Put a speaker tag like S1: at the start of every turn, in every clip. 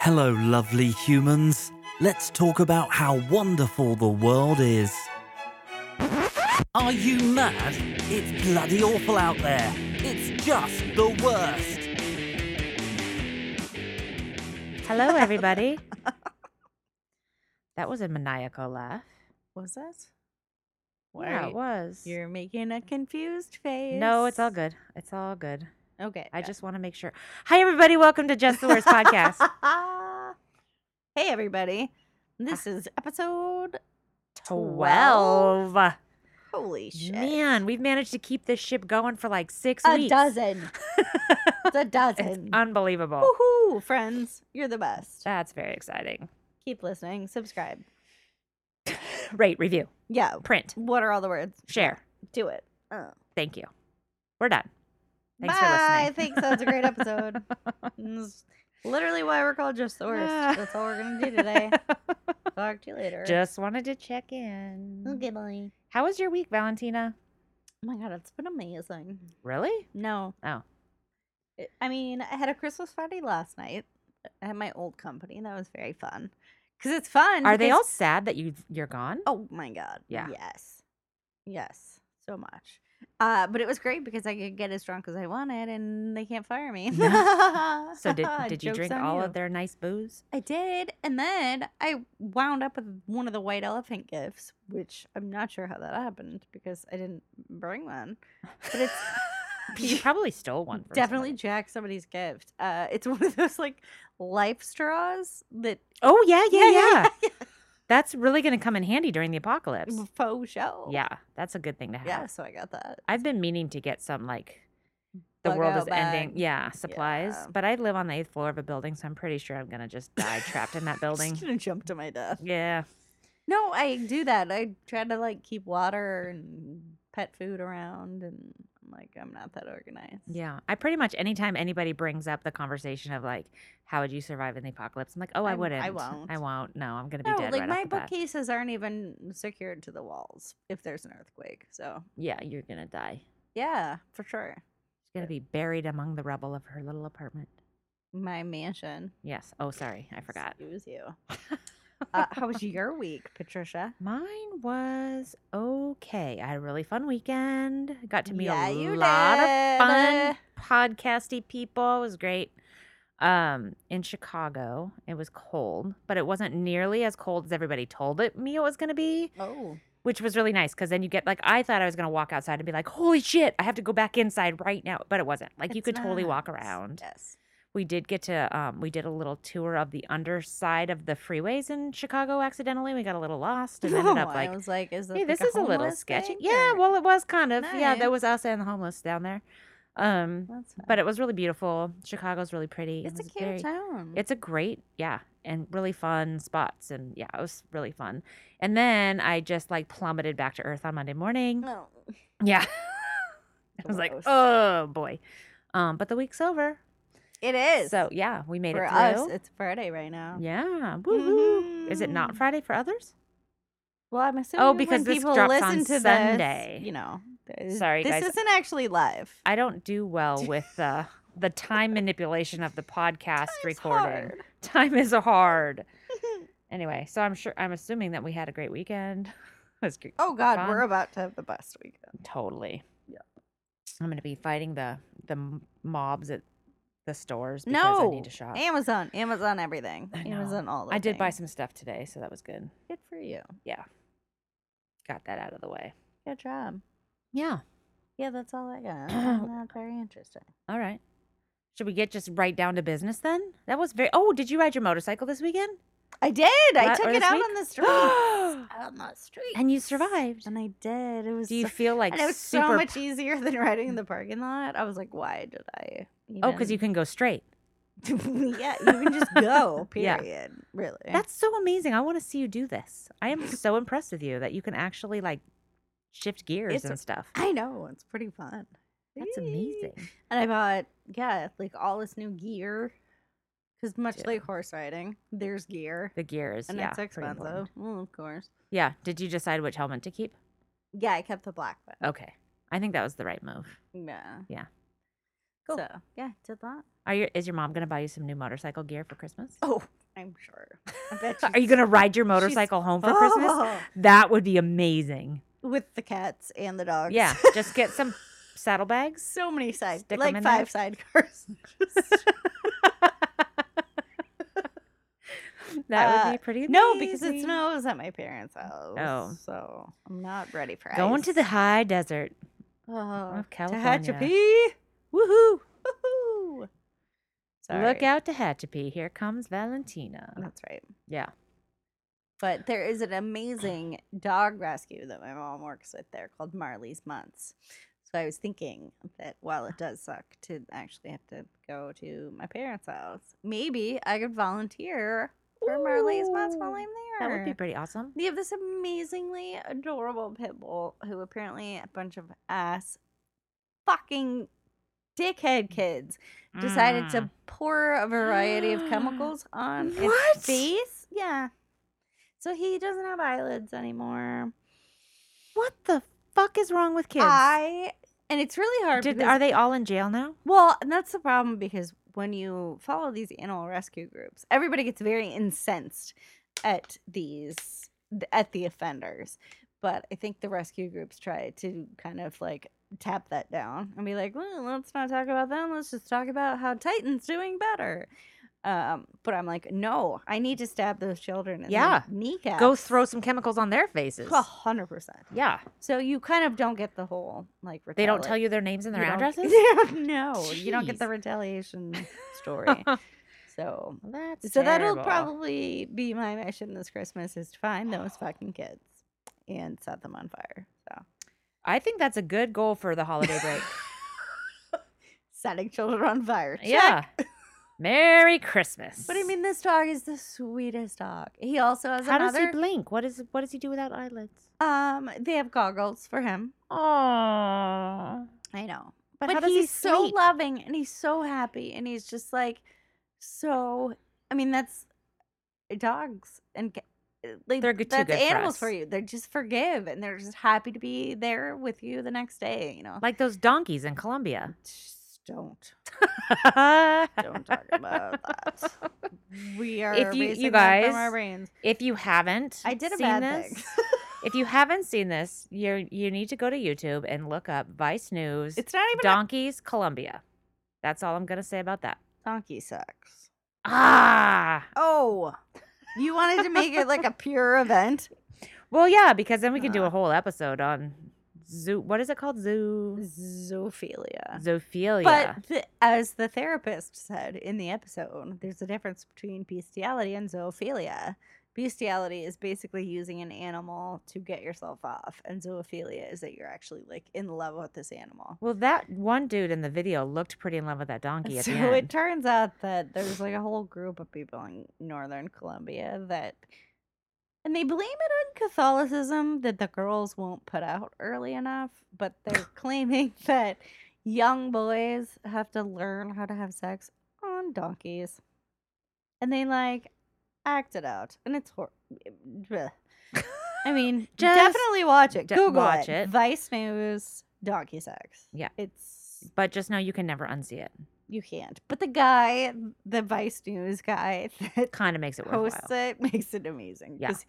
S1: Hello, lovely humans. Let's talk about how wonderful the world is. Are you mad? It's bloody awful out there. It's just the worst.
S2: Hello, everybody. that was a maniacal laugh.
S3: Was that?
S2: yeah,
S3: Why-
S2: it was.
S3: You're making a confused face.
S2: No, it's all good. It's all good.
S3: Okay.
S2: I just want to make sure. Hi, everybody. Welcome to Just the Worst podcast. Ah.
S3: hey, everybody. This is episode 12.
S2: Twelve.
S3: Holy shit.
S2: Man, we've managed to keep this ship going for like six
S3: a
S2: weeks.
S3: dozen. It's a
S2: it's
S3: dozen.
S2: unbelievable.
S3: Woohoo, friends. You're the best.
S2: That's very exciting.
S3: Keep listening. Subscribe.
S2: Rate, review,
S3: Yeah.
S2: print,
S3: What are all the words?
S2: share.
S3: Do it. Uh.
S2: Thank you. We're done. Thanks for
S3: Bye.
S2: listening.
S3: Thanks. That was a great episode. It's literally why we're called Just the Worst.
S2: Ah.
S3: That's all we're going to do today. Talk to you later.
S2: Just wanted to check in.
S3: Okay, bye.
S2: How was your week, Valentina?
S3: Oh my god, it's been amazing.
S2: Really?
S3: No.
S2: Oh.
S3: It- I mean, I had a Christmas party last night at my old company. That was very fun. Cuz it's fun.
S2: Are they all
S3: because-
S2: sad that you you're gone?
S3: Oh my god.
S2: Yeah.
S3: Yes. Yes. So much. Uh, but it was great because I could get as drunk as I wanted and they can't fire me.
S2: Mm-hmm. So did did you
S3: Joke's
S2: drink
S3: on
S2: all
S3: you.
S2: of their nice booze?
S3: I did. And then I wound up with one of the white elephant gifts, which I'm not sure how that happened because I didn't bring one. But it's
S2: you probably stole one. From
S3: definitely
S2: somebody.
S3: jack somebody's gift. Uh, it's one of those like life straws that
S2: Oh yeah, yeah, yeah.
S3: yeah,
S2: That's really going to come in handy during the apocalypse.
S3: yeah. faux show.
S2: Yeah, that's a good thing to have.
S3: yeah. So I got that.
S2: I've been meaning to get some like the
S3: Bug
S2: world is
S3: out bag.
S2: ending. Yeah, supplies.
S3: Yeah.
S2: But I live on the eighth floor of a building, so I'm pretty sure I'm going to just die trapped in that building.
S3: Just gonna jump to my death.
S2: Yeah.
S3: No, I do that. I try to like keep water and pet food around, and I'm like, I'm not that organized.
S2: Yeah. I pretty much anytime anybody brings up the conversation of like, how would you survive in the apocalypse? I'm like, oh, I,
S3: I- I
S2: wouldn't. I
S3: won't.
S2: won't. No, I'm going to be
S3: No,
S2: dead
S3: like
S2: right
S3: my
S2: off the bat.
S3: bookcases aren't even secured to the walls if there's an earthquake. So
S2: Yeah, you're going to die.
S3: yeah, for sure.
S2: She's going to be buried among the rubble of her little apartment.
S3: My mansion.
S2: Yes. Oh, sorry. I forgot.
S3: Excuse you. Uh, how was your week, Patricia?
S2: Mine was okay. I had a really fun weekend. Got to meet
S3: Yeah,
S2: a
S3: you
S2: lot
S3: did.
S2: of fun podcasty people. It was great. Um, in Chicago, it was cold, but it wasn't nearly as cold as everybody told it me it was going to be,
S3: Oh,
S2: which was really nice because then you get like I thought I was going to walk outside and be like, "Holy shit, I have to go back inside right now," but it wasn't. Like you
S3: it's
S2: could totally walk
S3: not.
S2: around.
S3: Yes.
S2: We did get to um, we did a little tour of the underside of the freeways in Chicago accidentally. We got a little lost and ended up
S3: No,
S2: like
S3: I was like, is that
S2: Hey,
S3: like
S2: this is a little
S3: homeless
S2: sketchy.
S3: thing,
S2: Yeah,
S3: or-
S2: well, it was kind of. Yeah,
S3: Nice.
S2: there was us and the homeless down there. Um,
S3: That's fine.
S2: but it was really beautiful. Chicago's really pretty. It
S3: it's a
S2: was
S3: cute
S2: very-
S3: town.
S2: It's a great, yeah, and really fun spots. And yeah, it was really fun. And then I just like plummeted back to earth on Monday morning.
S3: no.
S2: Yeah. I was like,
S3: Gross.
S2: oh boy. Um, but the week's over.
S3: It is.
S2: So yeah, we made
S3: for
S2: it
S3: us,
S2: through.
S3: it's Friday right now.
S2: yeah.
S3: Mm-hmm.
S2: Woo-hoo. Is it not
S3: Mhm.
S2: Friday for others?
S3: Well, I'm assuming when
S2: Oh, because this
S3: people
S2: drops
S3: listen
S2: on
S3: to this,
S2: Sunday.
S3: you know, th-
S2: Sorry,
S3: this
S2: guys.
S3: isn't actually live.
S2: I don't do well with the the time manipulation of the podcast
S3: Time's
S2: recording.
S3: hard.
S2: Time is hard. Anyway, so I'm sure I'm assuming that we had a great weekend. It was gr-
S3: Oh God, we're
S2: Fun.
S3: about to have the best weekend.
S2: totally.
S3: Yeah.
S2: I'm gonna be fighting the the m- mobs at the stores because I need to shop.
S3: Amazon, Amazon, everything,
S2: I know.
S3: Amazon, all. The
S2: I did buy
S3: things.
S2: some stuff today, so that was good.
S3: Good for you.
S2: Got that out of the way.
S3: Good job.
S2: Yeah.
S3: Yeah, that's all I got. I'm not very interesting.
S2: All right. Should we get just right down to business then? That was very. Oh, did you ride your motorcycle this weekend?
S3: I did. I
S2: What-
S3: took
S2: or
S3: it
S2: this
S3: out
S2: week?
S3: on the street. on the street.
S2: and you survived.
S3: And I did. It was.
S2: Do you
S3: so-
S2: feel like
S3: and it was
S2: super?
S3: so much easier than riding in the parking lot. I was like, why did I?
S2: oh, because you can go straight.
S3: Even... yeah, you can just go.
S2: Yeah.
S3: Period. Really.
S2: That's so amazing. I want to see you do this. I am so impressed with you that you can actually like shift gears
S3: It's-
S2: and stuff.
S3: I know. It's pretty fun.
S2: That's
S3: Eee.
S2: amazing.
S3: And I bought yeah, like all this new gear. Because much
S2: Yeah.
S3: like horse riding, there's gear.
S2: The gears,
S3: And
S2: yeah,
S3: it's
S2: pretty important.
S3: expensive. Well, of course.
S2: Yeah. Did you decide which helmet to keep?
S3: Yeah, I kept the black one.
S2: Okay. I think that was the right move.
S3: Yeah.
S2: Yeah. Cool.
S3: So yeah, did that.
S2: Are your is your mom gonna buy you some new motorcycle gear for Christmas?
S3: Oh, I'm sure. I bet Oh,
S2: Are you gonna ride your motorcycle home for Christmas? That would be amazing.
S3: with the cats and the dogs?
S2: Yeah, just get some saddlebags.
S3: so many side,
S2: Stick 'em
S3: like
S2: in there.
S3: five sidecars.
S2: That
S3: Uh,
S2: would be pretty.
S3: no, because it
S2: amazing.
S3: snows at my parents' house.
S2: Oh.
S3: so I'm not ready for
S2: going to the
S3: ice.
S2: high desert.
S3: oh,
S2: of
S3: Tehachapi. Woohoo! Woohoo! Sorry. Mm.
S2: Look out to Hatchapi. Here comes Valentina.
S3: That's right.
S2: Yeah.
S3: But there is an amazing dog rescue that my mom works with there called Marley's Months. So I was thinking that while it does suck to actually have to go to my parents' house, maybe I could volunteer for Marley's Months while
S2: Ooh,
S3: I'm there.
S2: That would be pretty awesome.
S3: They have this amazingly adorable pit bull who apparently a bunch of ass fucking dickhead kids decided to
S2: Mm.
S3: pour a variety of chemicals on
S2: What?
S3: its face. Yeah. So he doesn't have eyelids anymore.
S2: What the fuck is wrong with kids?
S3: I and it's really hard.
S2: Did,
S3: because-
S2: are they all in jail now?
S3: Well, and that's the problem because when you follow these animal rescue groups, everybody gets very incensed at these at the offenders. But I think the rescue groups try to kind of like tap that down and be like, well, let's not talk about them. Let's just talk about how Titan's doing better. Um, but I'm like, no, I need to stab those children in
S2: Yeah.
S3: the kneecaps.
S2: Go throw some chemicals on their faces.
S3: a hundred percent.
S2: Yeah.
S3: So you kind of don't get the whole like.
S2: They don't
S3: retaliate-
S2: tell you their names and their
S3: you don't-
S2: addresses?
S3: no, you don't get the
S2: Jeez.
S3: retaliation story.
S2: Well,
S3: so,
S2: That's
S3: so that'll
S2: terrible.
S3: probably be my mission this Christmas is to find those fucking kids and set them on fire. So,
S2: I think that's a good goal for the holiday break.
S3: setting children on fire. check.
S2: yeah. Merry Christmas.
S3: But I mean, this dog is the sweetest dog. He also has
S2: how
S3: another.
S2: does he blink? What is what does he do without eyelids?
S3: um, they have goggles for him.
S2: Oh.
S3: I know,
S2: But,
S3: but,
S2: how does
S3: he's
S2: he
S3: so
S2: sleep?
S3: loving and he's so happy and he's just like so i mean that's eh, dogs and ca- uh, like
S2: They're good- too
S3: that's
S2: good for
S3: animals for,
S2: us.
S3: you they just forgive and they're just happy to be there with you the next day you know
S2: like those donkeys in Colombia.
S3: just don't
S2: don't
S3: don't talk about that we are
S2: If you- you
S3: erasing that from
S2: guys-
S3: our brains
S2: If you haven't,
S3: i did a
S2: seen
S3: bad
S2: this,
S3: thing
S2: if you haven't seen this, you you need to go to YouTube and look up Vice News
S3: it's not even
S2: Donkeys Colombia. That's all I'm gonna say about that.
S3: donkey sex
S2: Ah,
S3: oh you wanted to make it like a pure event
S2: well, yeah, because then we could do
S3: Uh.
S2: a whole episode on zoo. What is it called? Zoo
S3: zoophilia
S2: zoophilia.
S3: But th- as the therapist said in the episode, there's a difference between bestiality and zoophilia. Bestiality is basically using an animal to get yourself off, and zoophilia is that you're actually like in love with this animal.
S2: well, that one dude in the video looked pretty in love with that donkey at
S3: So
S2: the end.
S3: it turns out that there's like a whole group of people in northern Colombia that, and they blame it on Catholicism that the girls won't put out early enough, but they're claiming that young boys have to learn how to have sex on donkeys. And they like act it out, and it's hor- eh, bleh. I mean,
S2: Just
S3: definitely watch it.
S2: d-
S3: Google
S2: watch it.
S3: Vice News donkey sex.
S2: Yeah.
S3: it's
S2: but just know you can never unsee it.
S3: you can't. But the guy, the Vice News guy that
S2: Kind of makes it worthwhile.
S3: hosts it makes it amazing.
S2: Yeah.
S3: 'cause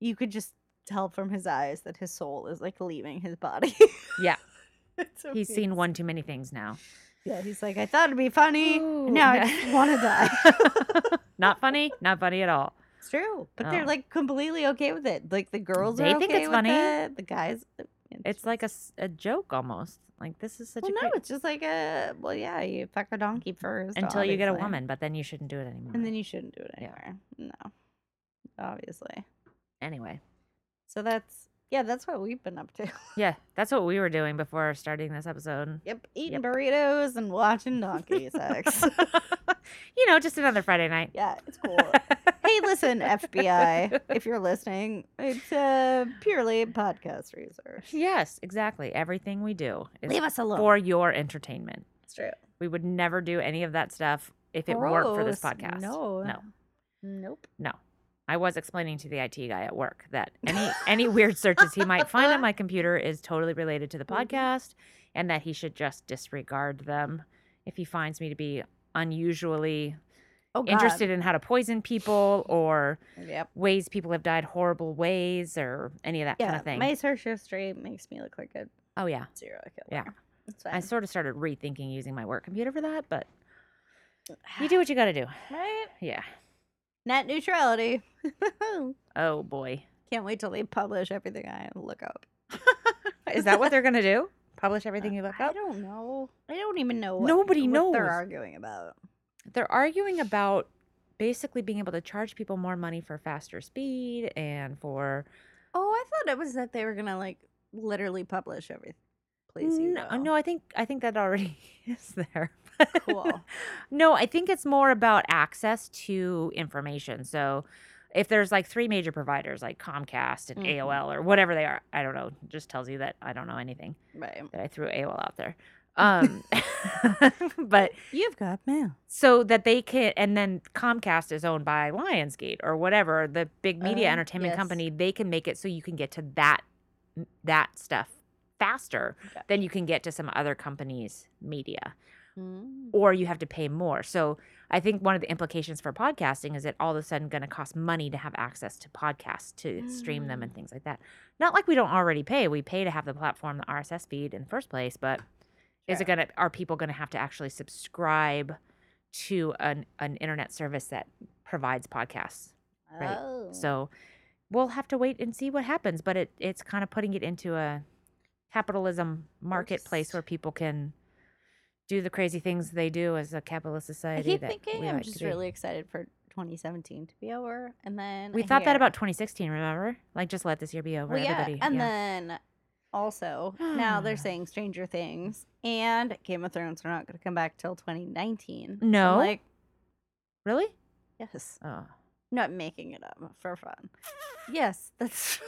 S3: You could just tell from his eyes that his soul is like leaving his body.
S2: Yeah.
S3: It's
S2: He's
S3: amazing.
S2: seen one too many things now.
S3: Yeah, he's like, I thought it'd be funny.
S2: Ooh,
S3: and Now I
S2: yeah.
S3: just want to die.
S2: not funny, not funny at all.
S3: It's true. But
S2: Oh.
S3: they're like completely okay with it. Like the girls
S2: They
S3: are
S2: think
S3: okay
S2: it's
S3: with
S2: funny.
S3: it, The guys.
S2: It's like a, s- a joke almost. Like this is such
S3: well,
S2: a
S3: no,
S2: great-
S3: it's just like a well, yeah, you fuck a donkey first
S2: until you get a
S3: obviously.
S2: woman, but then you shouldn't do it anymore.
S3: and then you shouldn't do it
S2: Mm-hmm. Yeah.
S3: anywhere. No, obviously.
S2: anyway,
S3: So that's yeah, that's what we've been up to.
S2: yeah, that's what we were doing before starting this episode.
S3: Yep, eating
S2: Yep.
S3: burritos and watching donkey sex.
S2: you know, just another Friday night.
S3: yeah, it's cool. hey, listen, FBI, if you're listening, it's uh, purely podcast research.
S2: yes, exactly. Everything we do is
S3: Leave us alone.
S2: for your entertainment.
S3: it's true.
S2: We would never do any of that stuff if it weren't for this
S3: Gross.
S2: podcast.
S3: No.
S2: No.
S3: Nope.
S2: No. I was explaining to the IT guy at work that any any weird searches he might find on my computer is totally related to the
S3: Mhm.
S2: podcast and that he should just disregard them if he finds me to be unusually
S3: Oh, God.
S2: interested in how to poison people or
S3: Yep.
S2: ways people have died horrible ways or any of that
S3: Yeah.
S2: kind of thing.
S3: My search history makes me look like a
S2: oh yeah.
S3: serial killer.
S2: Yeah.
S3: It's
S2: I
S3: fine.
S2: sort of started rethinking using my work computer for that, but you do what you got to do.
S3: right?
S2: Yeah.
S3: Net neutrality.
S2: Oh boy.
S3: Can't wait till they publish everything I look up.
S2: Is that what they're going to do? Publish everything you look
S3: I
S2: up?
S3: don't know. I don't even know. What,
S2: Nobody
S3: what
S2: knows.
S3: They're arguing about.
S2: They're arguing about basically being able to charge people more money for faster speed and for
S3: Oh, I thought it was that they were gonna like literally publish everything. Please, you
S2: no,
S3: will.
S2: no, I think I think that already is there.
S3: Cool.
S2: No, I think it's more about access to information. So if there's like three major providers like Comcast and
S3: Mhm.
S2: AOL or whatever they are, I don't know, just tells you that I don't know anything
S3: right.
S2: that I threw AOL out there. Um but
S3: You've got mail.
S2: so that they can and then Comcast is owned by Lionsgate or whatever, the big media
S3: Oh,
S2: entertainment
S3: yes.
S2: company, they can make it so you can get to that that stuff faster
S3: Okay.
S2: than you can get to some other company's media
S3: Mm.
S2: or you have to pay more. So I think one of the implications for podcasting is it all of a sudden going to cost money to have access to podcasts to stream them and things like that. Not like we don't already pay; we pay to have the platform, the RSS feed in the first place. But is it
S3: Sure.
S2: going to? Are people going to have to actually subscribe to an an internet service that provides podcasts? Right.
S3: Oh.
S2: So we'll have to wait and see what happens. But it it's kind of putting it into a capitalism marketplace
S3: just-
S2: where people can do the crazy things they do as a capitalist
S3: I
S2: society.
S3: keep
S2: that
S3: thinking
S2: we
S3: I'm
S2: like to
S3: just
S2: do.
S3: really excited for 2017 to be over, and then
S2: We
S3: I
S2: thought
S3: hear-
S2: that about 2016. Remember, like just let this year be over.
S3: Well, yeah,
S2: everybody.
S3: and then also now they're saying Stranger Things and Game of Thrones are not going to come back till 2019. So I'm
S2: No?
S3: like
S2: really?
S3: yes,
S2: Oh,
S3: not making it up for fun. Yes, that's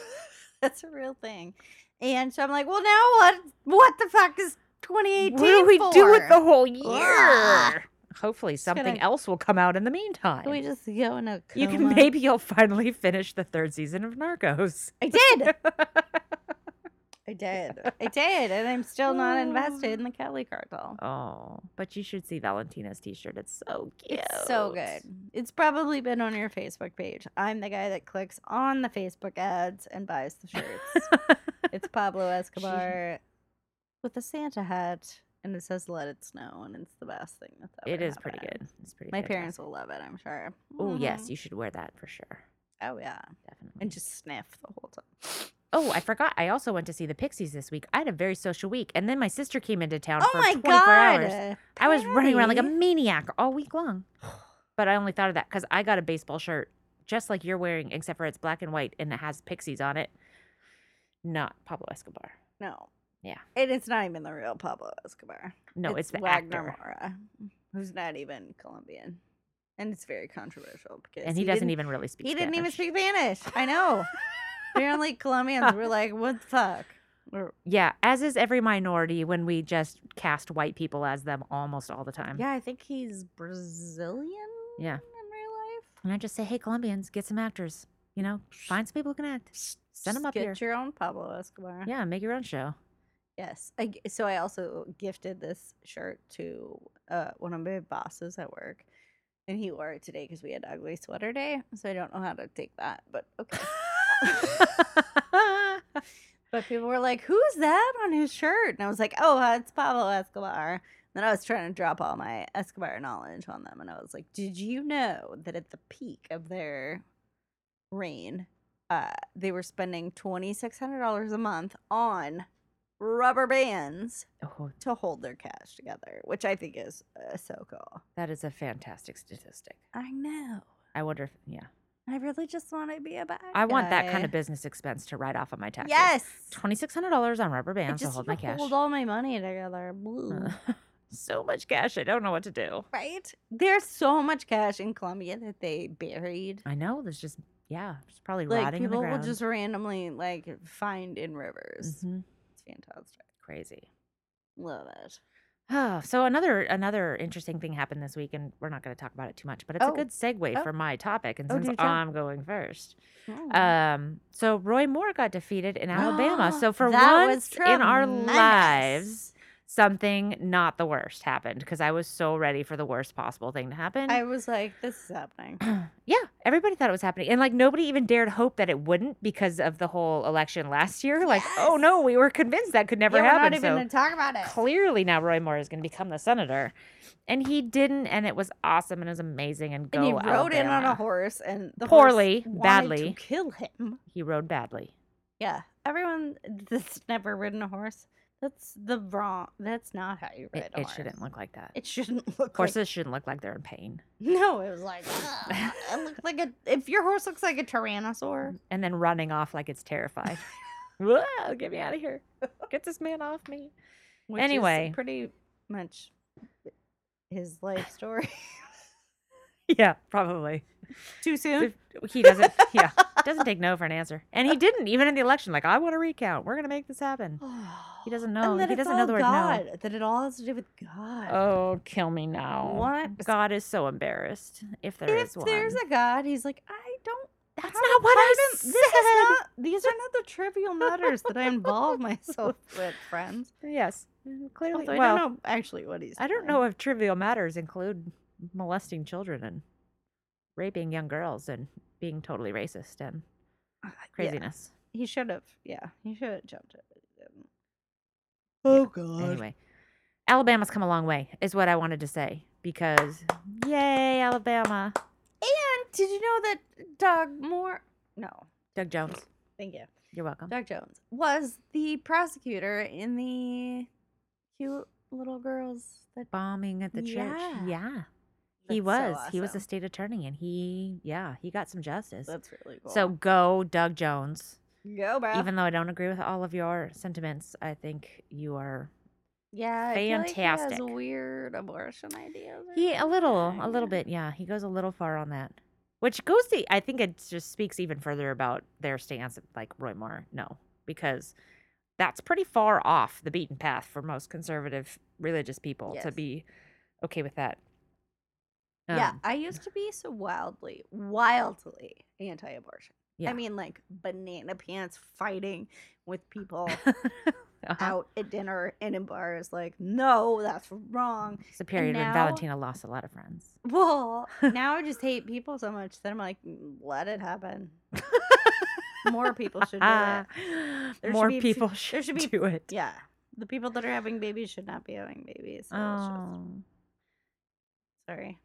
S3: that's a real thing. And so I'm like, well, now what? What the fuck is 2018
S2: what do we
S3: for?
S2: do with the whole year?
S3: Ugh.
S2: Hopefully, something
S3: gonna-
S2: else will come out in the meantime.
S3: Can we just go in a
S2: you can
S3: coma?
S2: maybe you'll finally finish the third season of Narcos.
S3: I did. I did. I did, and I'm still not invested in the Cali cartel.
S2: Oh, but you should see Valentina's t-shirt. It's so cute.
S3: It's so good. It's probably been on your Facebook page. I'm the guy that clicks on the Facebook ads and buys the shirts. it's Pablo Escobar with a Santa hat, and it says "Let It Snow," and it's the best thing that's ever.
S2: It is pretty
S3: happened.
S2: good. It's pretty.
S3: My parents will love it, I'm sure.
S2: Oh yes,
S3: Mhm.
S2: you should wear that for sure.
S3: Oh yeah,
S2: Definitely.
S3: and just sniff the whole time.
S2: oh, I forgot. I also went to see the Pixies this week. I had a very social week, and then my sister came into town
S3: Oh
S2: for
S3: my
S2: 24
S3: god!
S2: hours. I was running around like a
S3: Patty.
S2: maniac all week long. But I only thought of that because I got a baseball shirt just like you're wearing, except for it's black and white and it has Pixies on it, not Pablo Escobar.
S3: no.
S2: Yeah.
S3: and it's not even the real Pablo Escobar.
S2: No, it's, the
S3: Wagner
S2: actor.
S3: Mora, who's not even Colombian, and it's very controversial because
S2: And he, doesn't
S3: didn't-
S2: even really speak
S3: He didn't even
S2: Spanish.
S3: speak Spanish. I know. Apparently, Colombians were like, "What the fuck?" Or-
S2: Yeah, as is every minority when we just cast white people as them almost all the time.
S3: yeah, I think he's Brazilian.
S2: Yeah.
S3: in real life.
S2: And I just say, hey, Colombians, get some actors. You know, find some people who can act. Send them
S3: Just
S2: up
S3: get
S2: here.
S3: your own Pablo Escobar.
S2: Yeah, make your own show.
S3: Yes. I g so I also gifted this shirt to uh, one of my bosses at work, and he wore it today because we had ugly sweater day. So I don't know how to take that, but okay. But people were like, "Who's that on his shirt?" And I was like, "Oh, uh, it's Pablo Escobar." Then I was trying to drop all my Escobar knowledge on them, and I was like, "Did you know that at the peak of their reign, uh, they were spending twenty six hundred dollars a month on rubber bands
S2: oh,
S3: to hold their cash together?" Which I think is uh, so cool.
S2: that is a fantastic statistic.
S3: I know.
S2: I wonder if, yeah.
S3: I really just want to be a bad.
S2: I want that kind
S3: guy.
S2: of business expense to write off of my taxes.
S3: Yes.
S2: $2,600 on rubber
S3: I
S2: bands to
S3: just
S2: hold my
S3: wanna
S2: cash.
S3: hold all my money together. Blue.
S2: Uh, so much cash. I don't know what to do.
S3: Right? There's so much cash in Colombia that they buried.
S2: I know. There's just, yeah, it's probably
S3: Like
S2: rotting in the
S3: people will
S2: ground.
S3: just randomly like find in rivers.
S2: Mhm.
S3: It's fantastic.
S2: Crazy.
S3: Love it.
S2: Oh, so another another interesting thing happened this week, and we're not going to talk about it too much, but it's
S3: Oh.
S2: a good segue
S3: Oh.
S2: for my topic. And
S3: Oh, do
S2: since
S3: tell.
S2: I'm going first,
S3: Mm.
S2: um, so Roy Moore got defeated in Alabama. So for
S3: That
S2: once
S3: was
S2: in our lives,
S3: tremendous.
S2: something not the worst happened because I was so ready for the worst possible thing to happen.
S3: I was like, this is happening.
S2: yeah, everybody thought it was happening. And like nobody even dared hope that it wouldn't because of the whole election last year. Like, oh
S3: Yes.
S2: no, we were convinced that could never
S3: yeah, we're
S2: happen.
S3: not even
S2: so
S3: gonna talk about it.
S2: clearly now Roy Moore is going to become the senator. And he didn't, and it was awesome and it was amazing. And go
S3: and he rode in on a
S2: Alabama.
S3: horse, and the
S2: Poorly,
S3: horse wanted
S2: badly.
S3: to kill him.
S2: He rode badly.
S3: Yeah, everyone that's never ridden a horse, that's the wrong. That's not how you ride
S2: It,
S3: a
S2: it
S3: horse.
S2: shouldn't look like that.
S3: It shouldn't look like.
S2: Horses shouldn't look like they're in pain.
S3: No, it was like "Ugh." it looked like a. If your horse looks like a tyrannosaur,
S2: and then running off like it's terrified. Whoa, get me out of here. Get this man off me.
S3: which is
S2: Anyway.
S3: pretty much his life story.
S2: Yeah, probably.
S3: Too soon.
S2: If he doesn't yeah, doesn't take no for an answer. And he didn't even in the election like I want a recount. We're going to make this happen. He doesn't know.
S3: And that
S2: He
S3: it's
S2: doesn't know
S3: all
S2: the word
S3: God.
S2: no.
S3: That it all has to do with God.
S2: Oh, kill me now.
S3: What?
S2: God is so embarrassed if there is
S3: if
S2: one.
S3: there's a God, he's like, I don't.
S2: That's
S3: have a
S2: not what I
S3: part in- This is
S2: said."
S3: not, these are not the trivial matters that I involve myself with, friends.
S2: Yes. Mm, Clearly.
S3: Although
S2: well,
S3: I don't know actually what he's.
S2: I don't
S3: doing.
S2: know if trivial matters include molesting children and raping young girls and being totally racist and
S3: Uh, yeah,
S2: craziness.
S3: he should have. Yeah, he should have jumped it. but he didn't. Oh God.
S2: Anyway, Alabama's come a long way, is what I wanted to say. Because, yay, Alabama.
S3: And did you know that Doug Moore? No,
S2: Doug Jones,
S3: thank you.
S2: you're welcome.
S3: Doug Jones was the prosecutor in the cute little girls that
S2: Bombing at the
S3: Yeah.
S2: church. Yeah. He was.
S3: That's so
S2: He was a
S3: awesome.
S2: state attorney, and he, yeah, he got some justice.
S3: That's really cool.
S2: So go, Doug Jones.
S3: go, bro.
S2: Even though I don't agree with all of your sentiments, I think you are
S3: Yeah, I
S2: Fantastic.
S3: feel like he has weird abortion ideas. or
S2: He a little, a little
S3: something.
S2: bit, yeah. He goes a little far on that, which goes to. I think it just speaks even further about their stance, of, like Roy Moore. No, because that's pretty far off the beaten path for most conservative religious people to
S3: Yes.
S2: be okay with that.
S3: yeah,
S2: Um,
S3: I used to be so wildly, wildly anti-abortion.
S2: Yeah.
S3: I mean, like banana pants fighting with people
S2: uh-huh.
S3: out at dinner and in bars. Like, no, that's wrong.
S2: It's a period when
S3: now-
S2: Valentina lost a lot of friends.
S3: Well, now I just hate people so much that I'm like, "Mm, let it happen. More people should do it.
S2: Ah,
S3: There should
S2: more
S3: be a pe-
S2: people should,
S3: there should be-
S2: do it.
S3: Yeah, the people that are having babies should not be having babies. So it's just,
S2: Oh,
S3: sorry,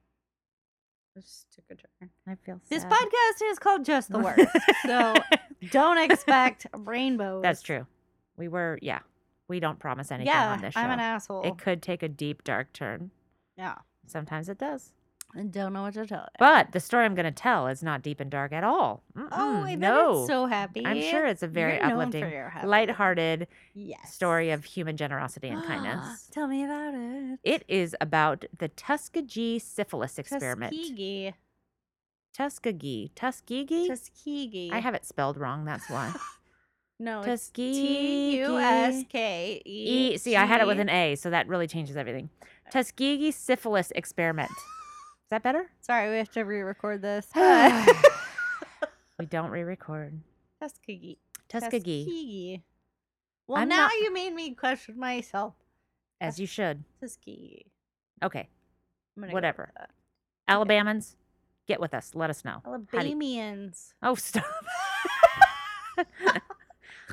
S3: just took a turn.
S2: I feel
S3: This
S2: sad.
S3: podcast is called Just the Word. so don't expect rainbows.
S2: That's true. We were, yeah. We don't promise anything
S3: Yeah,
S2: on this show.
S3: I'm an asshole.
S2: It could take a deep, dark turn.
S3: yeah.
S2: Sometimes it does.
S3: And don't know what to tell you.
S2: But the story I'm going to tell is not deep and dark at all. Mm-mm,
S3: Oh, I bet
S2: mm, no.
S3: it's so happy.
S2: I'm sure it's a very
S3: You're known for
S2: uplifting,
S3: your happy
S2: lighthearted
S3: yes. Ah,
S2: story of human generosity and kindness.
S3: tell me about it.
S2: It is about the Tuskegee syphilis experiment.
S3: Tuskegee.
S2: Tuskegee. Tuskegee?
S3: Tuskegee.
S2: I have it spelled wrong. That's why. Oh,
S3: no it's
S2: Tuskegee.
S3: T U S K E.
S2: E. See, I had it with
S3: G.
S2: an A, so that really changes everything. Tuskegee syphilis experiment. Is that better?
S3: Sorry, we have to re-record this. but-
S2: We don't re-record.
S3: Tuskegee.
S2: Tuskegee,
S3: Tuskegee. Well,
S2: I'm
S3: now
S2: not-
S3: you made me question myself.
S2: as you should.
S3: Tuskegee.
S2: Okay,
S3: I'm gonna go with
S2: Whatever.
S3: that.
S2: Alabamans, get with us. Let us know. How do you-
S3: Alabamians.
S2: Oh, stop.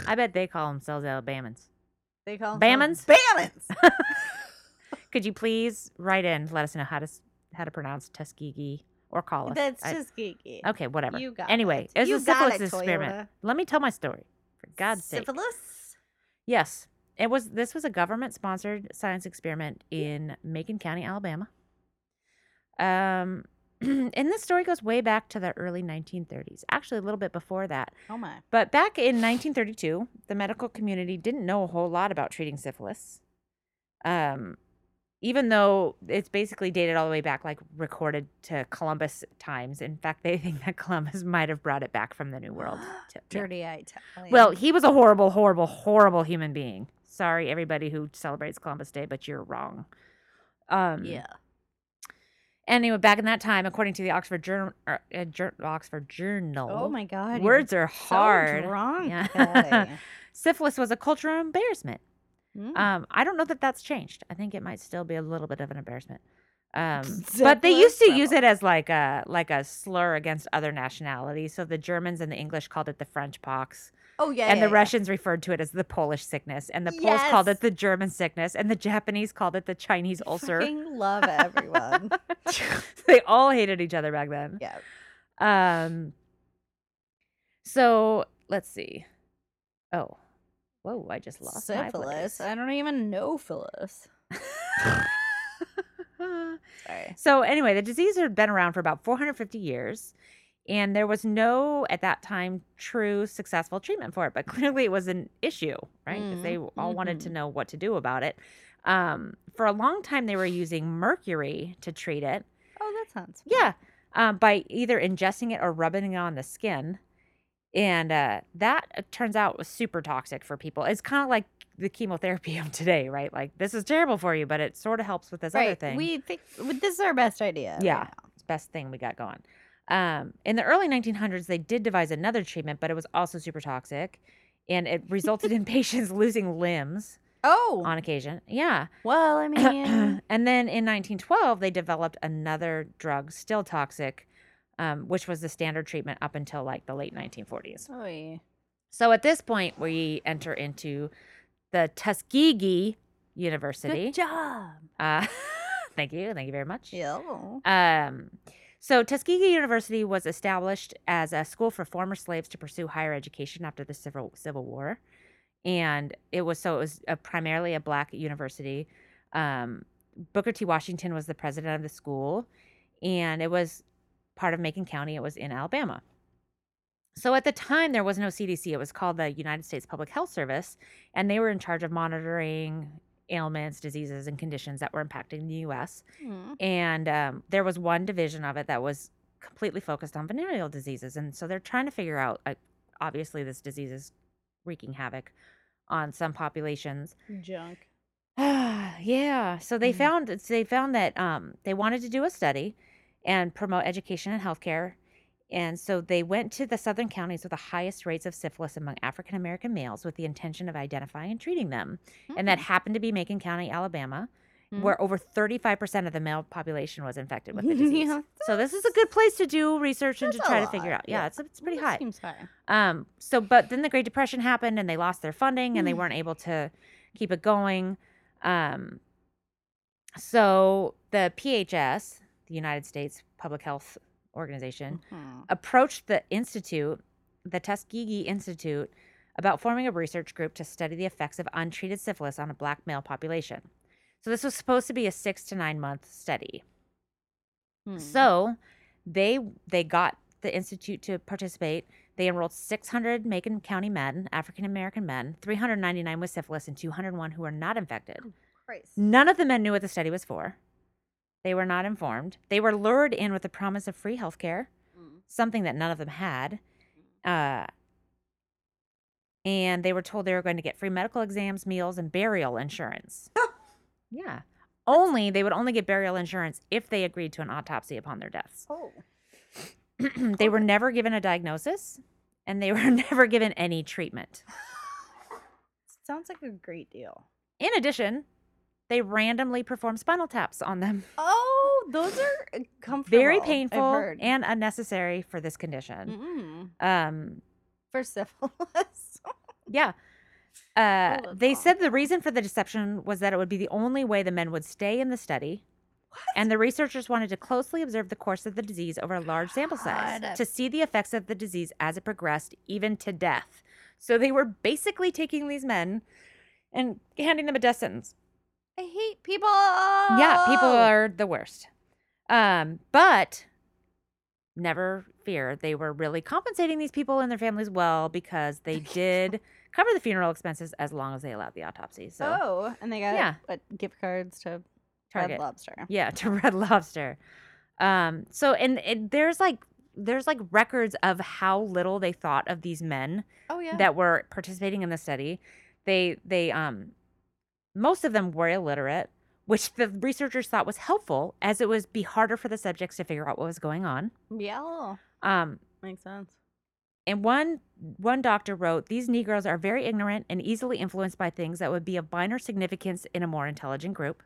S2: I bet they call themselves Alabamans.
S3: They call themselves Bammans.
S2: Could you please write in? Let us know how to s- how to pronounce Tuskegee or call us.
S3: That's
S2: Oh, I-
S3: just geeky.
S2: okay, whatever.
S3: You got
S2: anyway,
S3: it.
S2: it's
S3: You
S2: a
S3: got
S2: syphilis
S3: it,
S2: experiment.
S3: Toyota.
S2: Let me tell my story. For God's sake.
S3: Syphilis.
S2: Yes. It was this was a government sponsored science experiment in Macon County, Alabama. Um and this story goes way back to the early 1930s. Actually a little bit before that.
S3: Oh my.
S2: But back in 1932, the medical community didn't know a whole lot about treating syphilis. Um even though it's basically dated all the way back like recorded to Columbus times. In fact, they think that Columbus might have brought it back from the new world. to- yeah.
S3: Dirty Italian.
S2: Well, he was a horrible, horrible, horrible human being. Sorry, everybody who celebrates Columbus Day, but you're wrong. Um,
S3: yeah.
S2: Anyway, back in that time, according to the Oxford Journal, uh, uh, Jour- Oxford Journal,
S3: Oh my God.
S2: words are
S3: so
S2: hard.
S3: Drunk.
S2: Yeah.
S3: Kelly.
S2: syphilis was a cultural embarrassment.
S3: Mm.
S2: Um, I don't know that that's changed. I think it might still be a little bit of an embarrassment. Um, but they
S3: Definitely
S2: used to use
S3: so.
S2: it as like a like a slur against other nationalities. So the Germans and the English called it the French pox,
S3: oh yeah,
S2: and
S3: yeah,
S2: the
S3: yeah.
S2: Russians referred to it as the Polish sickness, and the Poles called
S3: Yes.
S2: it the German sickness, and the Japanese called it the Chinese ulcer.
S3: Fucking love everyone.
S2: they all hated each other back then.
S3: yeah.
S2: Um. So let's see. Oh, whoa! I just lost My
S3: Syphilis.
S2: place.
S3: I don't even know Phyllis. Sorry.
S2: so anyway, the disease had been around for about 450 years, and there was no at that time true successful treatment for it. But clearly, it was an issue, right? 'Cause they all wanted to know what to do about it. Um, for a long time, they were using mercury to treat it,
S3: Oh, that sounds. fun.
S2: Yeah, um, by either ingesting it or rubbing it on the skin, and uh, that it turns out was super toxic for people. It's kind of like the chemotherapy of today, right? Like this is terrible for you, but it sort of helps with this other
S3: Right.
S2: thing.
S3: We think well, this is our best idea. right
S2: Yeah.
S3: now.
S2: It's the best thing we got going. Um, in the early 1900s, they did devise another treatment, but it was also super toxic, and it resulted in patients losing limbs
S3: Oh.
S2: on occasion. Yeah.
S3: well, I mean,
S2: and then in 1912, they developed another drug, still toxic, um, which was the standard treatment up until like the late 1940s.
S3: oy.
S2: So at this point, we enter into the Tuskegee University.
S3: good job. Uh,
S2: Uh, thank you. Thank you very much.
S3: Yeah.
S2: Um, so Tuskegee University was established as a school for former slaves to pursue higher education after the Civil Civil War, and it was so it was a, primarily a black university. Um, Booker T. Washington was the president of the school, and it was part of Macon County. It was in Alabama. So at the time, there was no CDC. It was called the United States Public Health Service, and they were in charge of monitoring ailments, diseases, and conditions that were impacting the U.S
S3: Mm.
S2: and um, there was one division of it that was completely focused on venereal diseases and so they're trying to figure out like obviously this disease is wreaking havoc on some populations
S3: Junk.
S2: yeah so they
S3: Mhm.
S2: found found so they found that um, they wanted to do a study and promote education and healthcare and so they went to the southern counties with the highest rates of syphilis among african american males with the intention of identifying and treating them and
S3: Hmm.
S2: that happened to be macon county alabama
S3: Mhm.
S2: where over 35% of the male population was infected with the
S3: Yeah,
S2: disease. So this is a good place to do research and to
S3: That's a
S2: try to figure
S3: lot,
S2: out. Yeah,
S3: yeah.
S2: it's it's pretty
S3: Well, that
S2: high.
S3: Seems high.
S2: Um so but then the Great Depression happened and they lost their funding and they
S3: Mm.
S2: weren't able to keep it going. Um so the PHS, the United States Public Health Organization,
S3: Mhm.
S2: approached the institute, the Tuskegee Institute, about forming a research group to study the effects of untreated syphilis on a black male population. So this was supposed to be a 6 to 9 month study.
S3: Mm.
S2: So they they got the institute to participate. They enrolled 600 Macon County men, African American men, 399 with syphilis and 201 who were not infected.
S3: Christ.
S2: None of the men knew what the study was for. They were not informed. They were lured in with the promise of free health care
S3: Mm.
S2: something that none of them had.
S3: Mm-hmm.
S2: Uh, and they were told they were going to get free medical exams, meals, and burial
S3: Mm-hmm.
S2: insurance. yeah. Only they would only get burial insurance if they agreed to an autopsy upon their deaths.
S3: Oh.
S2: they were never given a diagnosis and they were never given any treatment.
S3: Sounds like a great deal.
S2: In addition, they randomly performed spinal taps on them.
S3: Oh, those are uh, comfortable.
S2: Very
S3: I've
S2: painful
S3: heard. Mm.
S2: and unnecessary for this condition.
S3: Mm-mm.
S2: Um,
S3: for syphilis.
S2: Yeah. Uh,
S3: Oh, that's
S2: they said the reason for the deception was that it would be the only way the men would stay in the study. And the researchers wanted to closely observe the course of the disease over a large sample size
S3: God.
S2: to see the effects of the disease as it progressed, even to death. So they were basically taking these men and handing them a death sentence.
S3: I hate people.
S2: Yeah,
S3: Yeah,
S2: people are the worst. Um, but never fear, they were really compensating these people and their families well because they did cover the funeral expenses as long as they allowed the autopsy. So
S3: Oh, and they got
S2: Yeah.
S3: what, gift cards to
S2: Target.
S3: Red Lobster.
S2: Yeah, to Red Lobster. Um, so and, and there's like there's like records of how little they thought of these men
S3: Oh yeah.
S2: that were participating in the study. They they um most of them were illiterate, which the researchers thought was helpful as it would
S3: Oh.
S2: be harder for the subjects to figure out what was going on.
S3: yeah,
S2: Um
S3: makes sense.
S2: And one one doctor wrote, "These Negroes are very ignorant and easily influenced by things that would be of minor significance in a more intelligent group."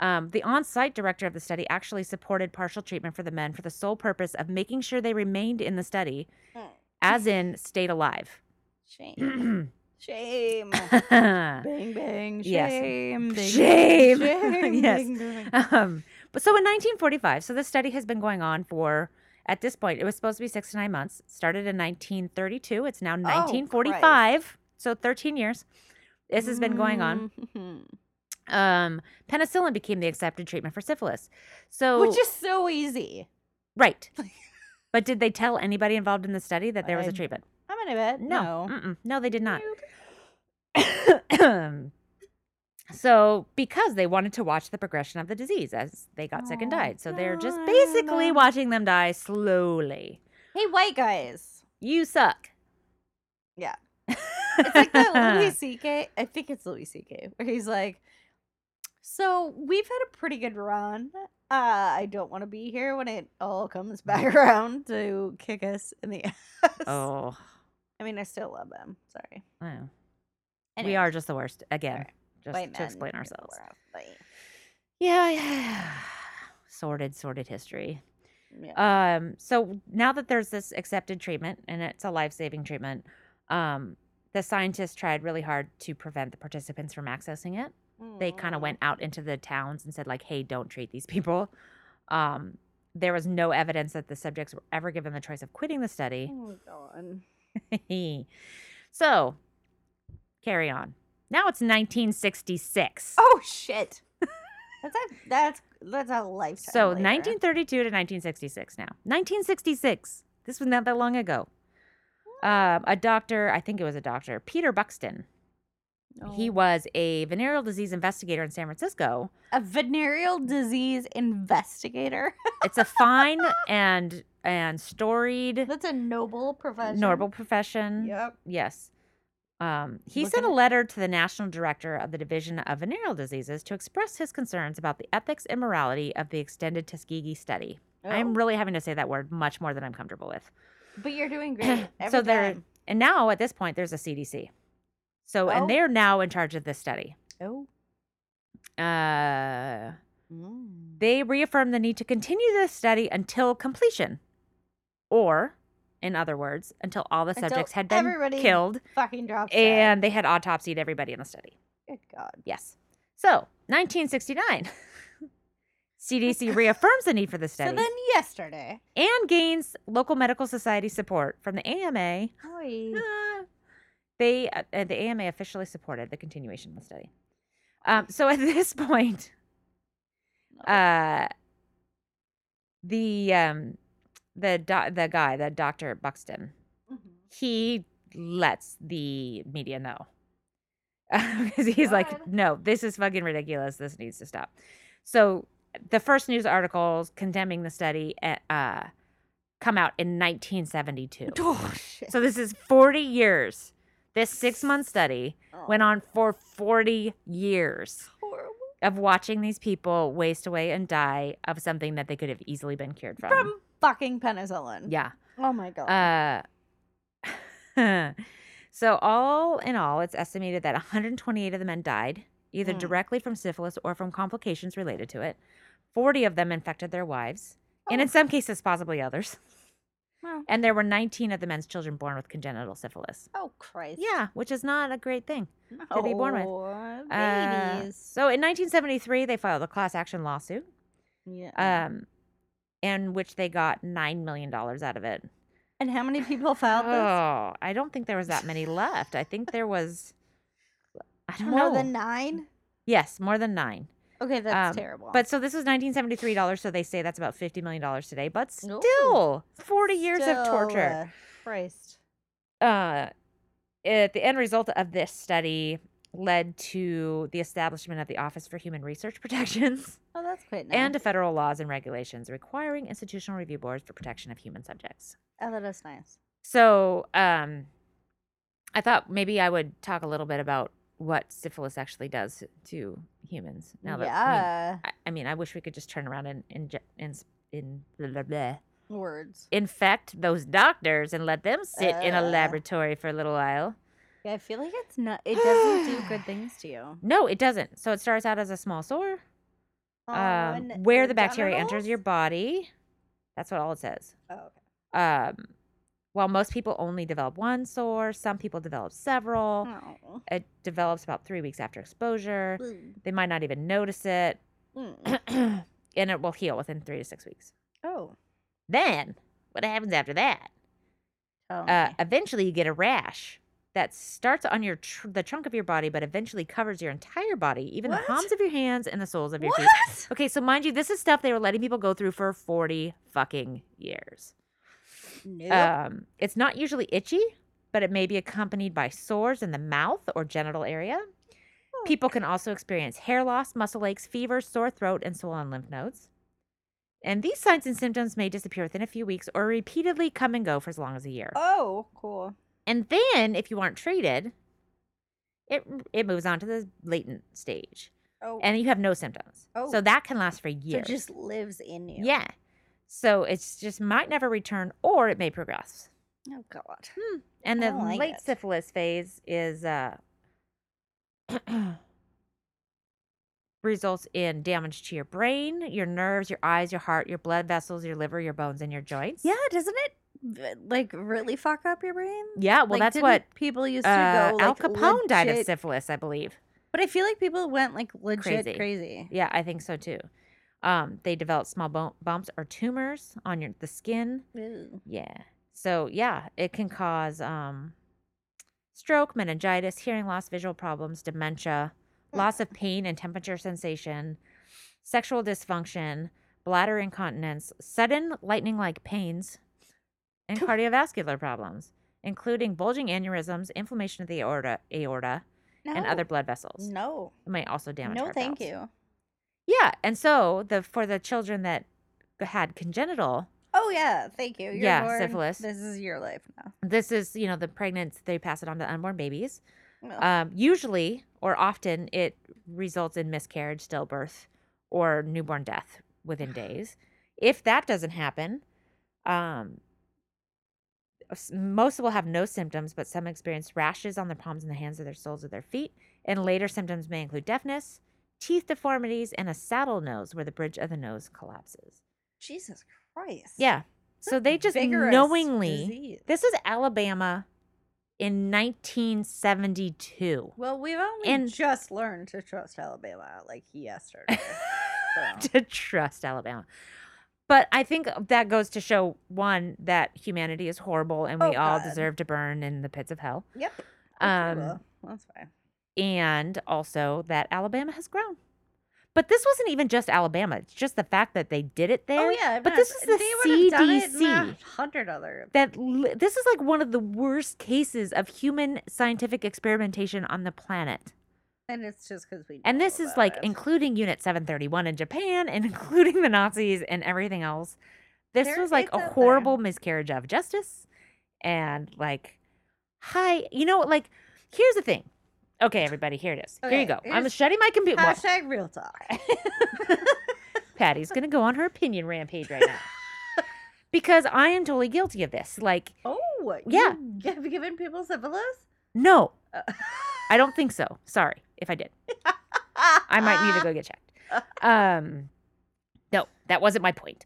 S2: Um, the on-site director of the study actually supported partial treatment for the men for the sole purpose of making sure they remained in the study, as in stayed alive.
S3: Shame. Shame.
S2: um,
S3: bang bang.
S2: Yes.
S3: Shame. bang,
S2: Shame.
S3: Shame.
S2: Yes.
S3: bang, bang.
S2: Um, but so in 1945, so this study has been going on for. At this point, it was supposed to be six to nine months. It started in 1932. It's
S3: Oh,
S2: now 1945. so 13 years. This has been going on.
S3: Mhm.
S2: um, penicillin became the accepted treatment for syphilis. So,
S3: Which is so easy.
S2: right. but did they tell anybody involved in the study that there was a
S3: I-
S2: treatment?
S3: I'm gonna bet.
S2: No,
S3: No.
S2: no, no they did not.
S3: Nope.
S2: so, because they wanted to watch the progression of the disease as they got sick and
S3: Oh,
S2: died, so they're just
S3: no,
S2: basically
S3: no.
S2: watching them die slowly.
S3: Hey, white guys.
S2: You suck.
S3: Yeah. It's like that Louis C.K. I think it's Louis C.K. where he's like, "So we've had a pretty good run. Uh, I don't want to be here when it all comes back around to kick us in the ass."
S2: Oh,
S3: I mean, I still love them. Sorry.
S2: wow. we
S3: Anyway,
S2: are just the worst again.
S3: Sorry.
S2: Just to
S3: men
S2: explain
S3: is
S2: ourselves.
S3: where I'm fighting.
S2: Yeah, yeah. Sordid, sordid history.
S3: Yeah.
S2: Um, so now that there's this accepted treatment and it's a life saving treatment, um, the scientists tried really hard to prevent the participants from accessing it. They kind of
S3: Mm.
S2: went out into the towns and said, like, hey, don't treat these people. Um, there was no evidence that the subjects were ever given the choice of quitting the study.
S3: Oh God.
S2: so carry on. Now it's 1966.
S3: Oh shit. That's a that's that's a lifetime.
S2: So
S3: labor.
S2: 1932 to 1966 now. 1966. This was not that long ago. Um, a doctor, I think it was a doctor, Peter Buxton. He
S3: Oh.
S2: was a venereal disease investigator in San Francisco.
S3: a venereal disease investigator.
S2: It's a fine and and storied
S3: That's a noble profession.
S2: noble profession.
S3: Yep.
S2: Yes. Um, he
S3: Look
S2: sent
S3: at
S2: a
S3: it.
S2: letter to the national director of the Division of Venereal Diseases to express his concerns about the ethics and morality of the extended Tuskegee study.
S3: Oh.
S2: I'm really having to say that word much more than I'm comfortable with.
S3: But you're doing great. Every
S2: so they're
S3: time.
S2: and now at this point there's a CDC. So
S3: Oh.
S2: and they're now in charge of this study.
S3: Oh.
S2: Uh,
S3: Mm.
S2: they reaffirm the need to continue this study until completion, or, in other words, until all the
S3: Until
S2: subjects had been
S3: everybody
S2: killed
S3: Fucking drops. dead.
S2: and they had autopsied everybody in the study.
S3: good God.
S2: Yes. So 1969, CDC reaffirms the need for the
S3: So
S2: study
S3: then yesterday.
S2: and gains local medical society support from the AMA.
S3: Oy.
S2: Ah. they uh, uh, the AMA officially supported the continuation of the study. Um, so at this point, uh, the um, the do- the guy, the doctor Buxton,
S3: Mhm.
S2: he lets the media know because he's like,
S3: Good.
S2: "No, this is fucking ridiculous. This needs to stop." So the first news articles condemning the study uh, uh, come out in 1972.
S3: Oh shit.
S2: So this is 40 years. This six month study went
S3: Oh,
S2: on for 40 years
S3: horrible.
S2: of watching these people waste away and die of something that they could have easily been cured from.
S3: From fucking penicillin.
S2: yeah.
S3: Oh my god.
S2: Uh, so all in all, it's estimated that 128 of the men died either
S3: Mm.
S2: directly from syphilis or from complications related to it. 40 of them infected their wives, and
S3: Oh.
S2: in some cases, possibly others.
S3: Wow.
S2: And there were 19 of the men's children born with congenital syphilis.
S3: oh Christ.
S2: Yeah, which is not a great thing.
S3: No.
S2: to be born with. Uh,
S3: Babies.
S2: so in 1973, they filed a class action lawsuit,
S3: yeah.
S2: um, in which they got $9 million out of it.
S3: and how many people filed this?
S2: Oh, I don't think there was that many left. I think there was, I don't
S3: More
S2: know.
S3: than nine?
S2: yes, more than nine.
S3: Okay, that's
S2: Um,
S3: terrible.
S2: But so this was 1973 dollars, so they say that's about 50 million dollars today. But
S3: Ooh.
S2: still, 40 years of
S3: Still,
S2: torture.
S3: uh, Christ.
S2: uh, it, the end result of this study led to the establishment of the Office for Human Research Protections
S3: Oh, that's quite nice.
S2: and to federal laws and regulations requiring institutional review boards for protection of human subjects.
S3: oh, that is nice.
S2: So, um, I thought maybe I would talk a little bit about what syphilis actually does to humans. Now that I mean,
S3: yeah.
S2: I, I mean, I wish we could just turn around and in in, in blah, blah, blah,
S3: Words.
S2: infect those doctors and let them sit in a
S3: Uh.
S2: laboratory for a little while.
S3: Yeah, I feel like it's not. It doesn't do good things to you.
S2: No, it doesn't. So it starts out as a small sore um,
S3: On
S2: where
S3: your
S2: the bacteria enters
S3: Oh, genitals?
S2: your body. That's what all it says.
S3: Oh, okay.
S2: Um, while most people only develop one sore, some people develop several.
S3: Oh.
S2: It develops about three weeks after exposure.
S3: Mm.
S2: They might not even notice it,
S3: Mm.
S2: and it will heal within three to six weeks.
S3: Oh.
S2: Then, what happens after that?
S3: Tell
S2: Uh,
S3: me.
S2: eventually, you get a rash that starts on your tr- the trunk of your body, but eventually covers your entire body, even
S3: What?
S2: the palms of your hands and the soles of your feet.
S3: what?
S2: Okay, so mind you, this is stuff they were letting people go through for 40 fucking years.
S3: Nope.
S2: Um, it's not usually itchy, but it may be accompanied by sores in the mouth or genital area.
S3: Hmm.
S2: People can also experience hair loss, muscle aches, fever, sore throat, and swollen lymph nodes. And these signs and symptoms may disappear within a few weeks or repeatedly come and go for as long as a year.
S3: oh, cool.
S2: And then, if you aren't treated, it it moves on to the latent stage,
S3: Oh.
S2: and you have no symptoms.
S3: Oh.
S2: So that can last for
S3: so
S2: years.
S3: it just lives in you.
S2: yeah. So it's just might never return, or it may progress.
S3: Oh God.
S2: And
S3: Oh, I
S2: the
S3: don't like
S2: late
S3: it.
S2: syphilis phase is uh, results in damage to your brain, your nerves, your eyes, your heart, your blood vessels, your liver, your bones, and your joints.
S3: Yeah, doesn't it v- like really fuck up your brain?
S2: Yeah. Well,
S3: Like,
S2: that's
S3: didn't
S2: what
S3: people used to
S2: uh,
S3: go.
S2: Al
S3: Like,
S2: Capone died of
S3: legit-
S2: syphilis, I believe.
S3: But I feel like people went like legit
S2: Crazy.
S3: crazy.
S2: Yeah, I think so too. Um, they develop small bump bumps or tumors on your the skin.
S3: Ew.
S2: Yeah. So yeah, it can cause um, stroke, meningitis, hearing loss, visual problems, dementia,
S3: Hmm.
S2: loss of pain and temperature sensation, sexual dysfunction, bladder incontinence, sudden lightning-like pains, and cardiovascular problems, including bulging aneurysms, inflammation of the aorta, aorta, and other blood vessels.
S3: No.
S2: It might also damage.
S3: Oh, no,
S2: heart
S3: thank
S2: valves.
S3: you.
S2: Yeah, and so the for the children that had congenital,
S3: Oh yeah, thank you. You're
S2: Yeah,
S3: born.
S2: syphilis.
S3: This is your life now.
S2: this is you know the pregnant they pass it on to unborn babies.
S3: Ugh.
S2: Um, usually or often it results in miscarriage, stillbirth, or newborn death within days. If that doesn't happen, um, s- most will have no symptoms, but some experience rashes on their palms and the hands of their soles of their feet. And later symptoms may include deafness, teeth deformities, and a saddle nose where the bridge of the nose collapses.
S3: Jesus Christ.
S2: Yeah. So
S3: That's
S2: they just
S3: vigorous
S2: knowingly.
S3: disease.
S2: This is Alabama in 1972.
S3: Well, we've only
S2: And-
S3: just learned to trust Alabama like yesterday. so.
S2: to trust Alabama. But I think that goes to show one that humanity is horrible and we
S3: Oh,
S2: all
S3: God. uh.
S2: deserve to burn in the pits of hell.
S3: Yep. Okay,
S2: Um,
S3: well, that's fine.
S2: and also that Alabama has grown. But this wasn't even just Alabama. It's just the fact that they did it there.
S3: Oh yeah,
S2: but
S3: no,
S2: this is the
S3: they would have done it in a
S2: CDC.
S3: hundred other.
S2: that li- this is like one of the worst cases of human scientific experimentation on the planet.
S3: And it's just because we.
S2: And
S3: know
S2: this is
S3: about
S2: like
S3: it.
S2: including Unit 731 in Japan and including the Nazis and everything else. This
S3: There-
S2: was like a
S3: it's out there.
S2: horrible miscarriage of justice. And like, hi, you know, like, here's the thing. Okay, everybody, here it is. here you
S3: Okay,
S2: go. I'm
S3: here's-
S2: shutting my computer. Well,
S3: hashtag real talk.
S2: Patty's going to go on her opinion rampage right now. because I am totally guilty of this. Like,
S3: oh
S2: Yeah.
S3: you have given people syphilis.
S2: no,
S3: Uh,
S2: I don't think so. Sorry if I did. I might
S3: Ah.
S2: need to go get checked. Um, no, that wasn't my point.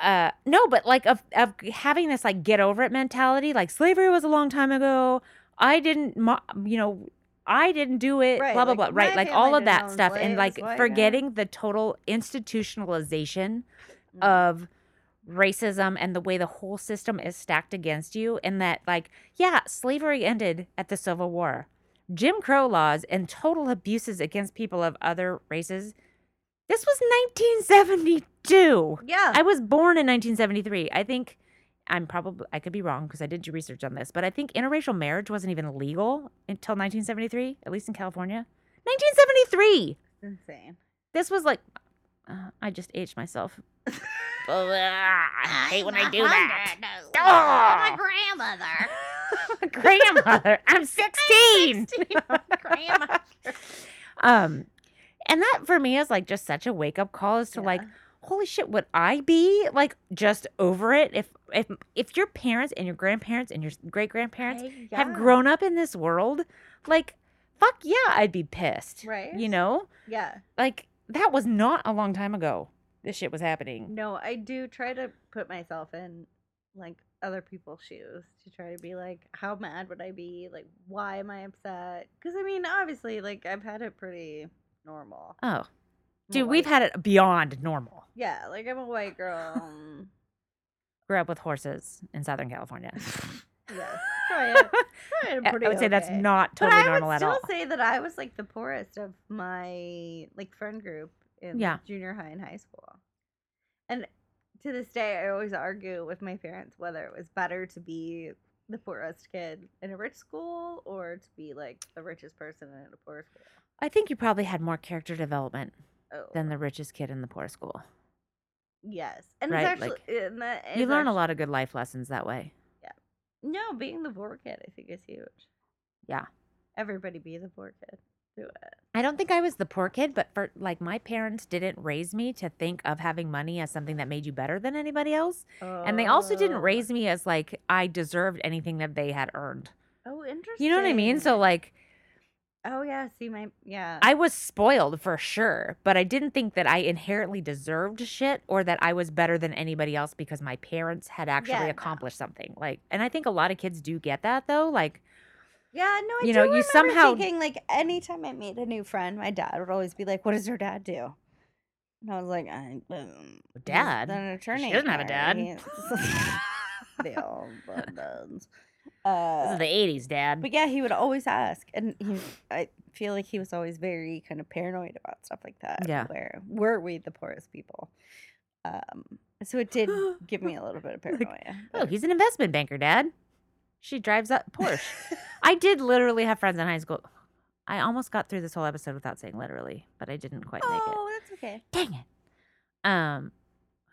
S2: Uh, no, but like of of having this like get over it mentality, like slavery was a long time ago. I didn't, mo- you know, I didn't do it.
S3: Right,
S2: blah blah
S3: like,
S2: blah. Right,
S3: my
S2: like
S3: family
S2: all of
S3: didn't
S2: that
S3: own
S2: stuff, and like
S3: slaves, why not?
S2: forgetting the total institutionalization
S3: Mm.
S2: of racism and the way the whole system is stacked against you and that like yeah slavery ended at the civil war jim crow laws and total abuses against people of other races this was 1972
S3: Yeah.
S2: i was born in 1973 i think i'm probably i could be wrong because i did do research on this but i think interracial marriage wasn't even legal until 1973 at least in california 1973
S3: insane.
S2: this was like uh, i just aged myself Blah, i hate when i do that
S4: I'm
S2: Oh.
S4: a grandmother.
S2: grandmother i'm 16
S3: oh,
S4: Grandma.
S2: um and that for me is like just such a wake-up call as to like
S3: Yeah.
S2: holy shit, would I be like just over it if if if your parents and your grandparents and your great grandparents have grown up in this world? Like, fuck yeah, I'd be pissed.
S3: Right?
S2: You know,
S3: Yeah.
S2: like that was not a long time ago. This shit was happening.
S3: No, I do try to put myself in like other people's shoes to try to be like, how mad would I be? Like, why am I upset? Because I mean, obviously, like I've had it pretty normal. I'm
S2: Oh,
S3: a
S2: dude, we've
S3: white-
S2: had it beyond normal.
S3: yeah, like I'm a white girl. um,
S2: Grew up with horses in Southern California.
S3: yes, probably, probably
S2: I
S3: pretty
S2: would say that's
S3: okay.
S2: not
S3: But
S2: totally
S3: I
S2: normal
S3: would
S2: at
S3: still
S2: all.
S3: say that I was like the poorest of my like friend group in
S2: Yeah.
S3: junior high and high school. And to this day, I always argue with my parents whether it was better to be the poorest kid in a rich school or to be like the richest person in a poor school.
S2: I think you probably had more character development
S3: Oh,
S2: than the richest kid in the poor school.
S3: yes, and
S2: Right,
S3: it's actually
S2: like,
S3: and that
S2: you
S3: is
S2: learn a
S3: actu-
S2: lot of good life lessons that way.
S3: No, being the poor kid, I think, is huge.
S2: Yeah.
S3: everybody be the poor kid.
S2: I don't think I was the poor kid, but for like my parents didn't raise me to think of having money as something that made you better than anybody else, and they also didn't
S3: Oh.
S2: raise me as like I deserved anything that they had earned.
S3: Oh, interesting.
S2: You know what I mean? So like
S3: oh yeah, see my yeah.
S2: I was spoiled for sure, but I didn't think that I inherently deserved shit or that I was better than anybody else because my parents had actually
S3: no.
S2: accomplished something. Like, and I think a lot of kids do get that though. Like,
S3: Yeah, no, I
S2: You
S3: do
S2: know, you
S3: remember
S2: somehow-
S3: thinking like anytime I made a new friend, my dad would always be like, "What does your dad do?" And I was like, I, um, "He's
S2: Dad?
S3: an attorney.
S2: doesn't have a
S3: or
S2: dad."
S3: he's- they all love
S2: this
S3: dads. Uh,
S2: is the 80s, Dad.
S3: but yeah, he would always ask, and he, I feel like he was always very kind of paranoid about stuff like that.
S2: Yeah.
S3: where were we the poorest people? Um, so it did give me a little bit of
S2: Like,
S3: paranoia.
S2: Oh,
S3: but-
S2: he's an investment banker, Dad. She drives a Porsche. I did literally have friends in high school. I almost got through this whole episode without saying literally, but I didn't quite
S3: oh, that's okay.
S2: make it. Dang it. Um,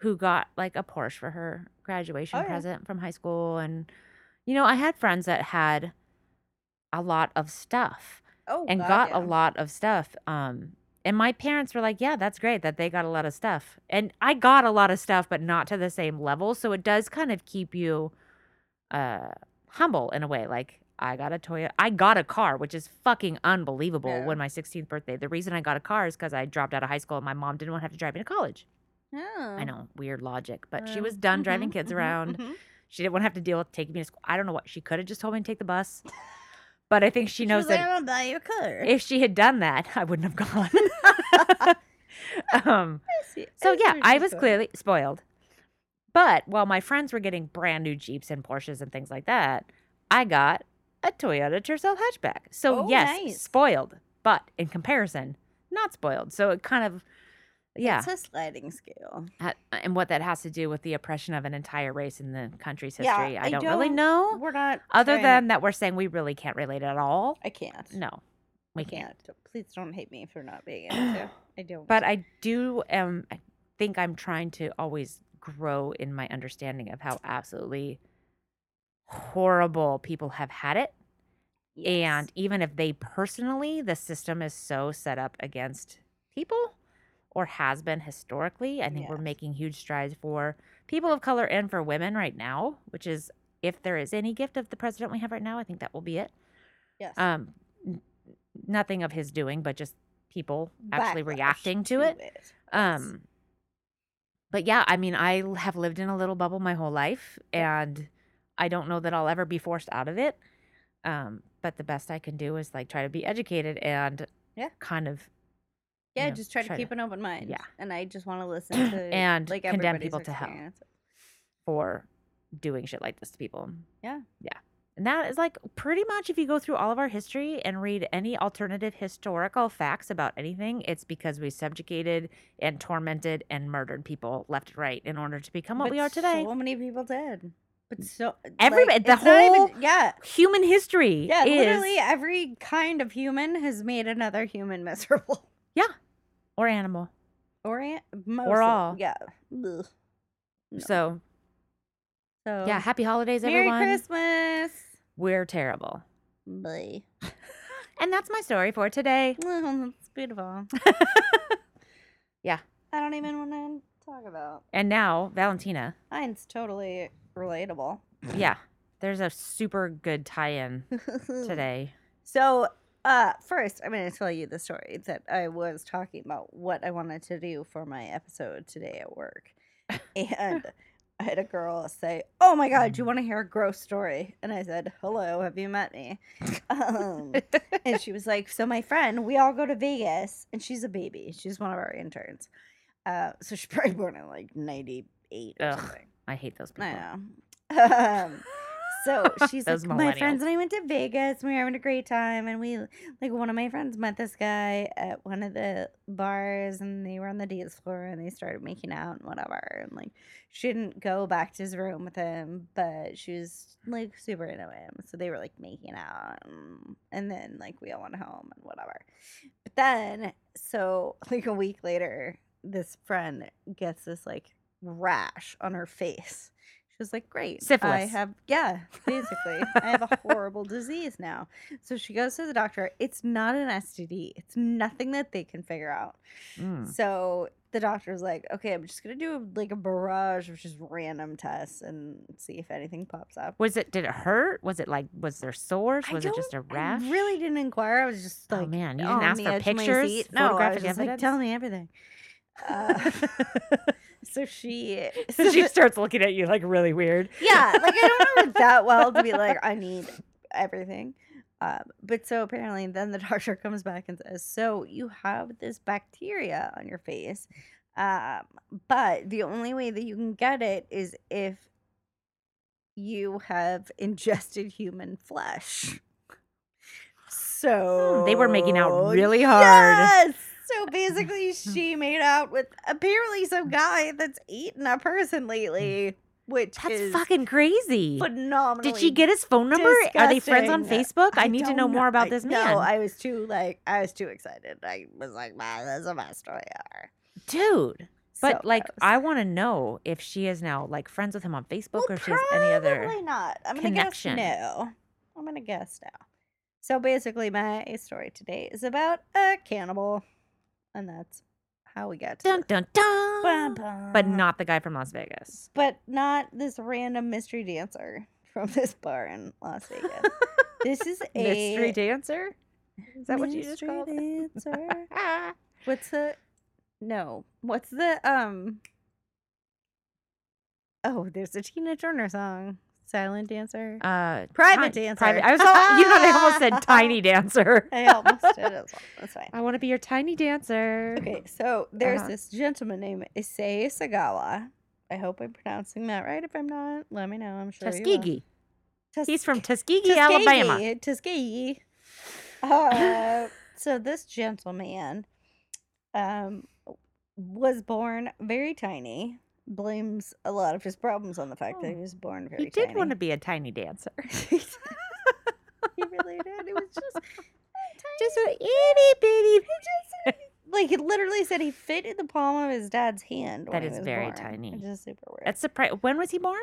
S2: who got like a Porsche for her graduation
S3: Oh, yeah.
S2: present from high school. And, you know, I had friends that had a lot of stuff
S3: Oh,
S2: and
S3: God,
S2: got
S3: yeah.
S2: a lot of stuff. Um, and my parents were like, "Yeah, that's great that they got a lot of stuff." And I got a lot of stuff, but not to the same level. So it does kind of keep you uh, humble in a way. Like I got a Toyota, I got a car, which is fucking unbelievable.
S3: Yeah.
S2: When my 16th birthday, the reason I got a car is because I dropped out of high school and my mom didn't want to have to drive me to college.
S3: Oh.
S2: I know, weird logic, but she
S3: Um,
S2: was done driving
S3: mhm,
S2: kids
S3: mhm,
S2: around.
S3: mhm.
S2: She didn't want to have to deal with taking me to school. I don't know what she could have just told me to take the bus, but I think she knows
S3: was
S2: that.
S3: like, "I'm gonna buy you a car."
S2: if she had done that, I wouldn't have gone. um,
S3: I see-
S2: so
S3: see
S2: yeah,
S3: where
S2: I
S3: she's
S2: was
S3: going.
S2: clearly spoiled. But while my friends were getting brand new Jeeps and Porsches and things like that, I got a Toyota Tercel hatchback. So
S3: Oh,
S2: yes,
S3: nice.
S2: spoiled, but in comparison, not spoiled. So it kind of yeah,
S3: It's a sliding scale.
S2: ha- and what that has to do with the oppression of an entire race in the country's
S3: Yeah,
S2: history, I,
S3: I
S2: don't, really
S3: don't-
S2: know.
S3: We're not
S2: Other
S3: trying to-
S2: than that, we're saying we really can't relate at all.
S3: I can't.
S2: No,
S3: I
S2: we can't.
S3: Don't- Please don't hate me for not being able to. I don't.
S2: but I do um I think I'm trying to always grow in my understanding of how absolutely horrible people have had it and even if they personally the system is so set up against people or has been historically i think we're
S3: Yes.
S2: making huge strides for people of color and for women right now which is if there is any gift of the president we have right now i think that will be it
S3: yes.
S2: um n- nothing of his doing but just people actually
S3: Backlash
S2: reacting to it
S3: Yes.
S2: um but yeah, I mean, I l- have lived in a little bubble my whole life and I don't know that I'll ever be forced out of it. Um but the best I can do is like try to be educated and
S3: Yeah.
S2: kind of
S3: yeah,
S2: you know,
S3: just try,
S2: try
S3: to
S2: to-
S3: keep an open mind.
S2: yeah.
S3: and I just want to listen to
S2: And
S3: like
S2: condemn
S3: everybody's
S2: people to hell.
S3: experience.
S2: for doing shit like this to people.
S3: Yeah.
S2: Yeah. And that is like pretty much if you go through all of our history and read any alternative historical facts about anything, it's because we subjugated and tormented and murdered people left and right in order to become what
S3: But
S2: we are today.
S3: So many people did, but so
S2: Everybody-
S3: like,
S2: the
S3: it's not even-
S2: whole-
S3: yeah.
S2: Human history
S3: Yeah,
S2: is
S3: literally every kind of human has made another human miserable.
S2: or animal.
S3: Or an- most
S2: Or
S3: of-
S2: all.
S3: Yeah. Ugh. No.
S2: So
S3: So
S2: yeah, happy holidays,
S3: Merry
S2: everyone.
S3: Christmas.
S2: We're terrible,
S3: Bye.
S2: and that's my story for today.
S3: Well, it's beautiful.
S2: Yeah.
S3: I don't even want to Talk about
S2: And now Valentina.
S3: mine's totally relatable.
S2: yeah. There's a super good tie-in today.
S3: So, uh, first, I'm going to tell you the story that I was talking about what I wanted to do for my episode today at work. And I had a girl say, Oh my God,
S2: Mm.
S3: do you want to hear a gross story? And I said, Hello, have you met me? Um, and she was like, So, my friend, we all go to Vegas, and she's a baby. She's one of our interns. Uh, so, she's probably born in like 98 or
S2: Ugh.
S3: something.
S2: I hate those people.
S3: I know. Um, so she's
S2: Those
S3: like, my
S2: millennials.
S3: friends and I went to Vegas. and We were having a great time, and we like one of my friends met this guy at one of the bars, and they were on the dance floor, and they started making out and whatever, and like she didn't go back to his room with him, but she was like super into him, so they were like making out, and- and then like we all went home and whatever. But then, so like a week later, this friend gets this like rash on her face. She was like, "Great, I
S2: Syphilis.
S3: have yeah, basically, I have a horrible disease now." So she goes to the doctor. It's not an STD. It's nothing that they can figure out.
S2: Mm.
S3: So the doctor's like, "Okay, I'm just gonna do like a barrage of just random tests and see if anything pops up."
S2: Was it? Did it hurt? Was it like? Was there sores?
S3: I
S2: Was it just a
S3: don't-
S2: rash?
S3: I really didn't inquire. I was just
S2: Oh
S3: like,
S2: man, you
S3: on
S2: didn't ask
S3: the
S2: for
S3: edge of my
S2: pictures,
S3: seat. No, I was
S2: photographic
S3: just like,
S2: evidence.
S3: tell me everything. Uh, so she, so
S2: she starts looking at you like really weird.
S3: yeah, like I don't know it that well to be like, I need everything. Um, but so apparently, then the doctor comes back and says, So you have this bacteria on your face, um, but the only way that you can get it is if you have ingested human flesh. So
S2: Hmm, They were making
S3: Oh,
S2: out really hard.
S3: Yes! So basically, she made out with apparently some guy that's eaten a person lately, which
S2: That's
S3: is
S2: fucking crazy.
S3: phenomenal.
S2: Did she get his phone number? Are they friends on
S3: disgusting.
S2: Facebook? I, need to know more about this man.
S3: No, I was too like I was too excited. I was like, "Man, this is the best story ever."
S2: Dude. But
S3: So
S2: like
S3: gross.
S2: I want to know if she is now like friends with him on Facebook or if she has any other
S3: Probably not. I'm
S2: connection.
S3: gonna guess no. I'm gonna guess no. So basically, my story today is about a cannibal, and that's how we got to.
S2: dun
S3: this.
S2: dun dun.
S3: Bum, bum.
S2: But not the guy from Las Vegas.
S3: But not this random mystery dancer from this bar in Las Vegas. this is a
S2: Mystery dancer? Is that what you just
S3: mystery
S2: called it?
S3: dancer.
S2: Ah.
S3: What's the no? What's the um? Oh, there's a Tina Turner song, "Silent Dancer."
S2: Uh,
S3: Private
S2: ti-
S3: dancer.
S2: Private. I was all, you know I almost said tiny dancer.
S3: I almost did as well. That's fine.
S2: I want to be your tiny dancer.
S3: Okay, so there's
S2: Uh-huh.
S3: this gentleman named Issei Sagawa. I hope I'm pronouncing that right. If I'm not, let me know. I'm sure you will.
S2: Tuskegee. He's from Tuskegee,
S3: Tuskegee,
S2: Alabama.
S3: Tuskegee.
S2: ah.
S3: Uh, so this gentleman um, was born very tiny. Blames a lot of his problems on the fact that he
S2: Oh,
S3: was born very
S2: He did want
S3: tiny.
S2: to be a tiny dancer.
S3: he really did. It was just just an itty bitty. He just like he literally said he fit in the palm of his dad's hand. when
S2: That
S3: he
S2: is
S3: was
S2: very
S3: born,
S2: tiny.
S3: Which is super weird.
S2: That's surprising. When was he born?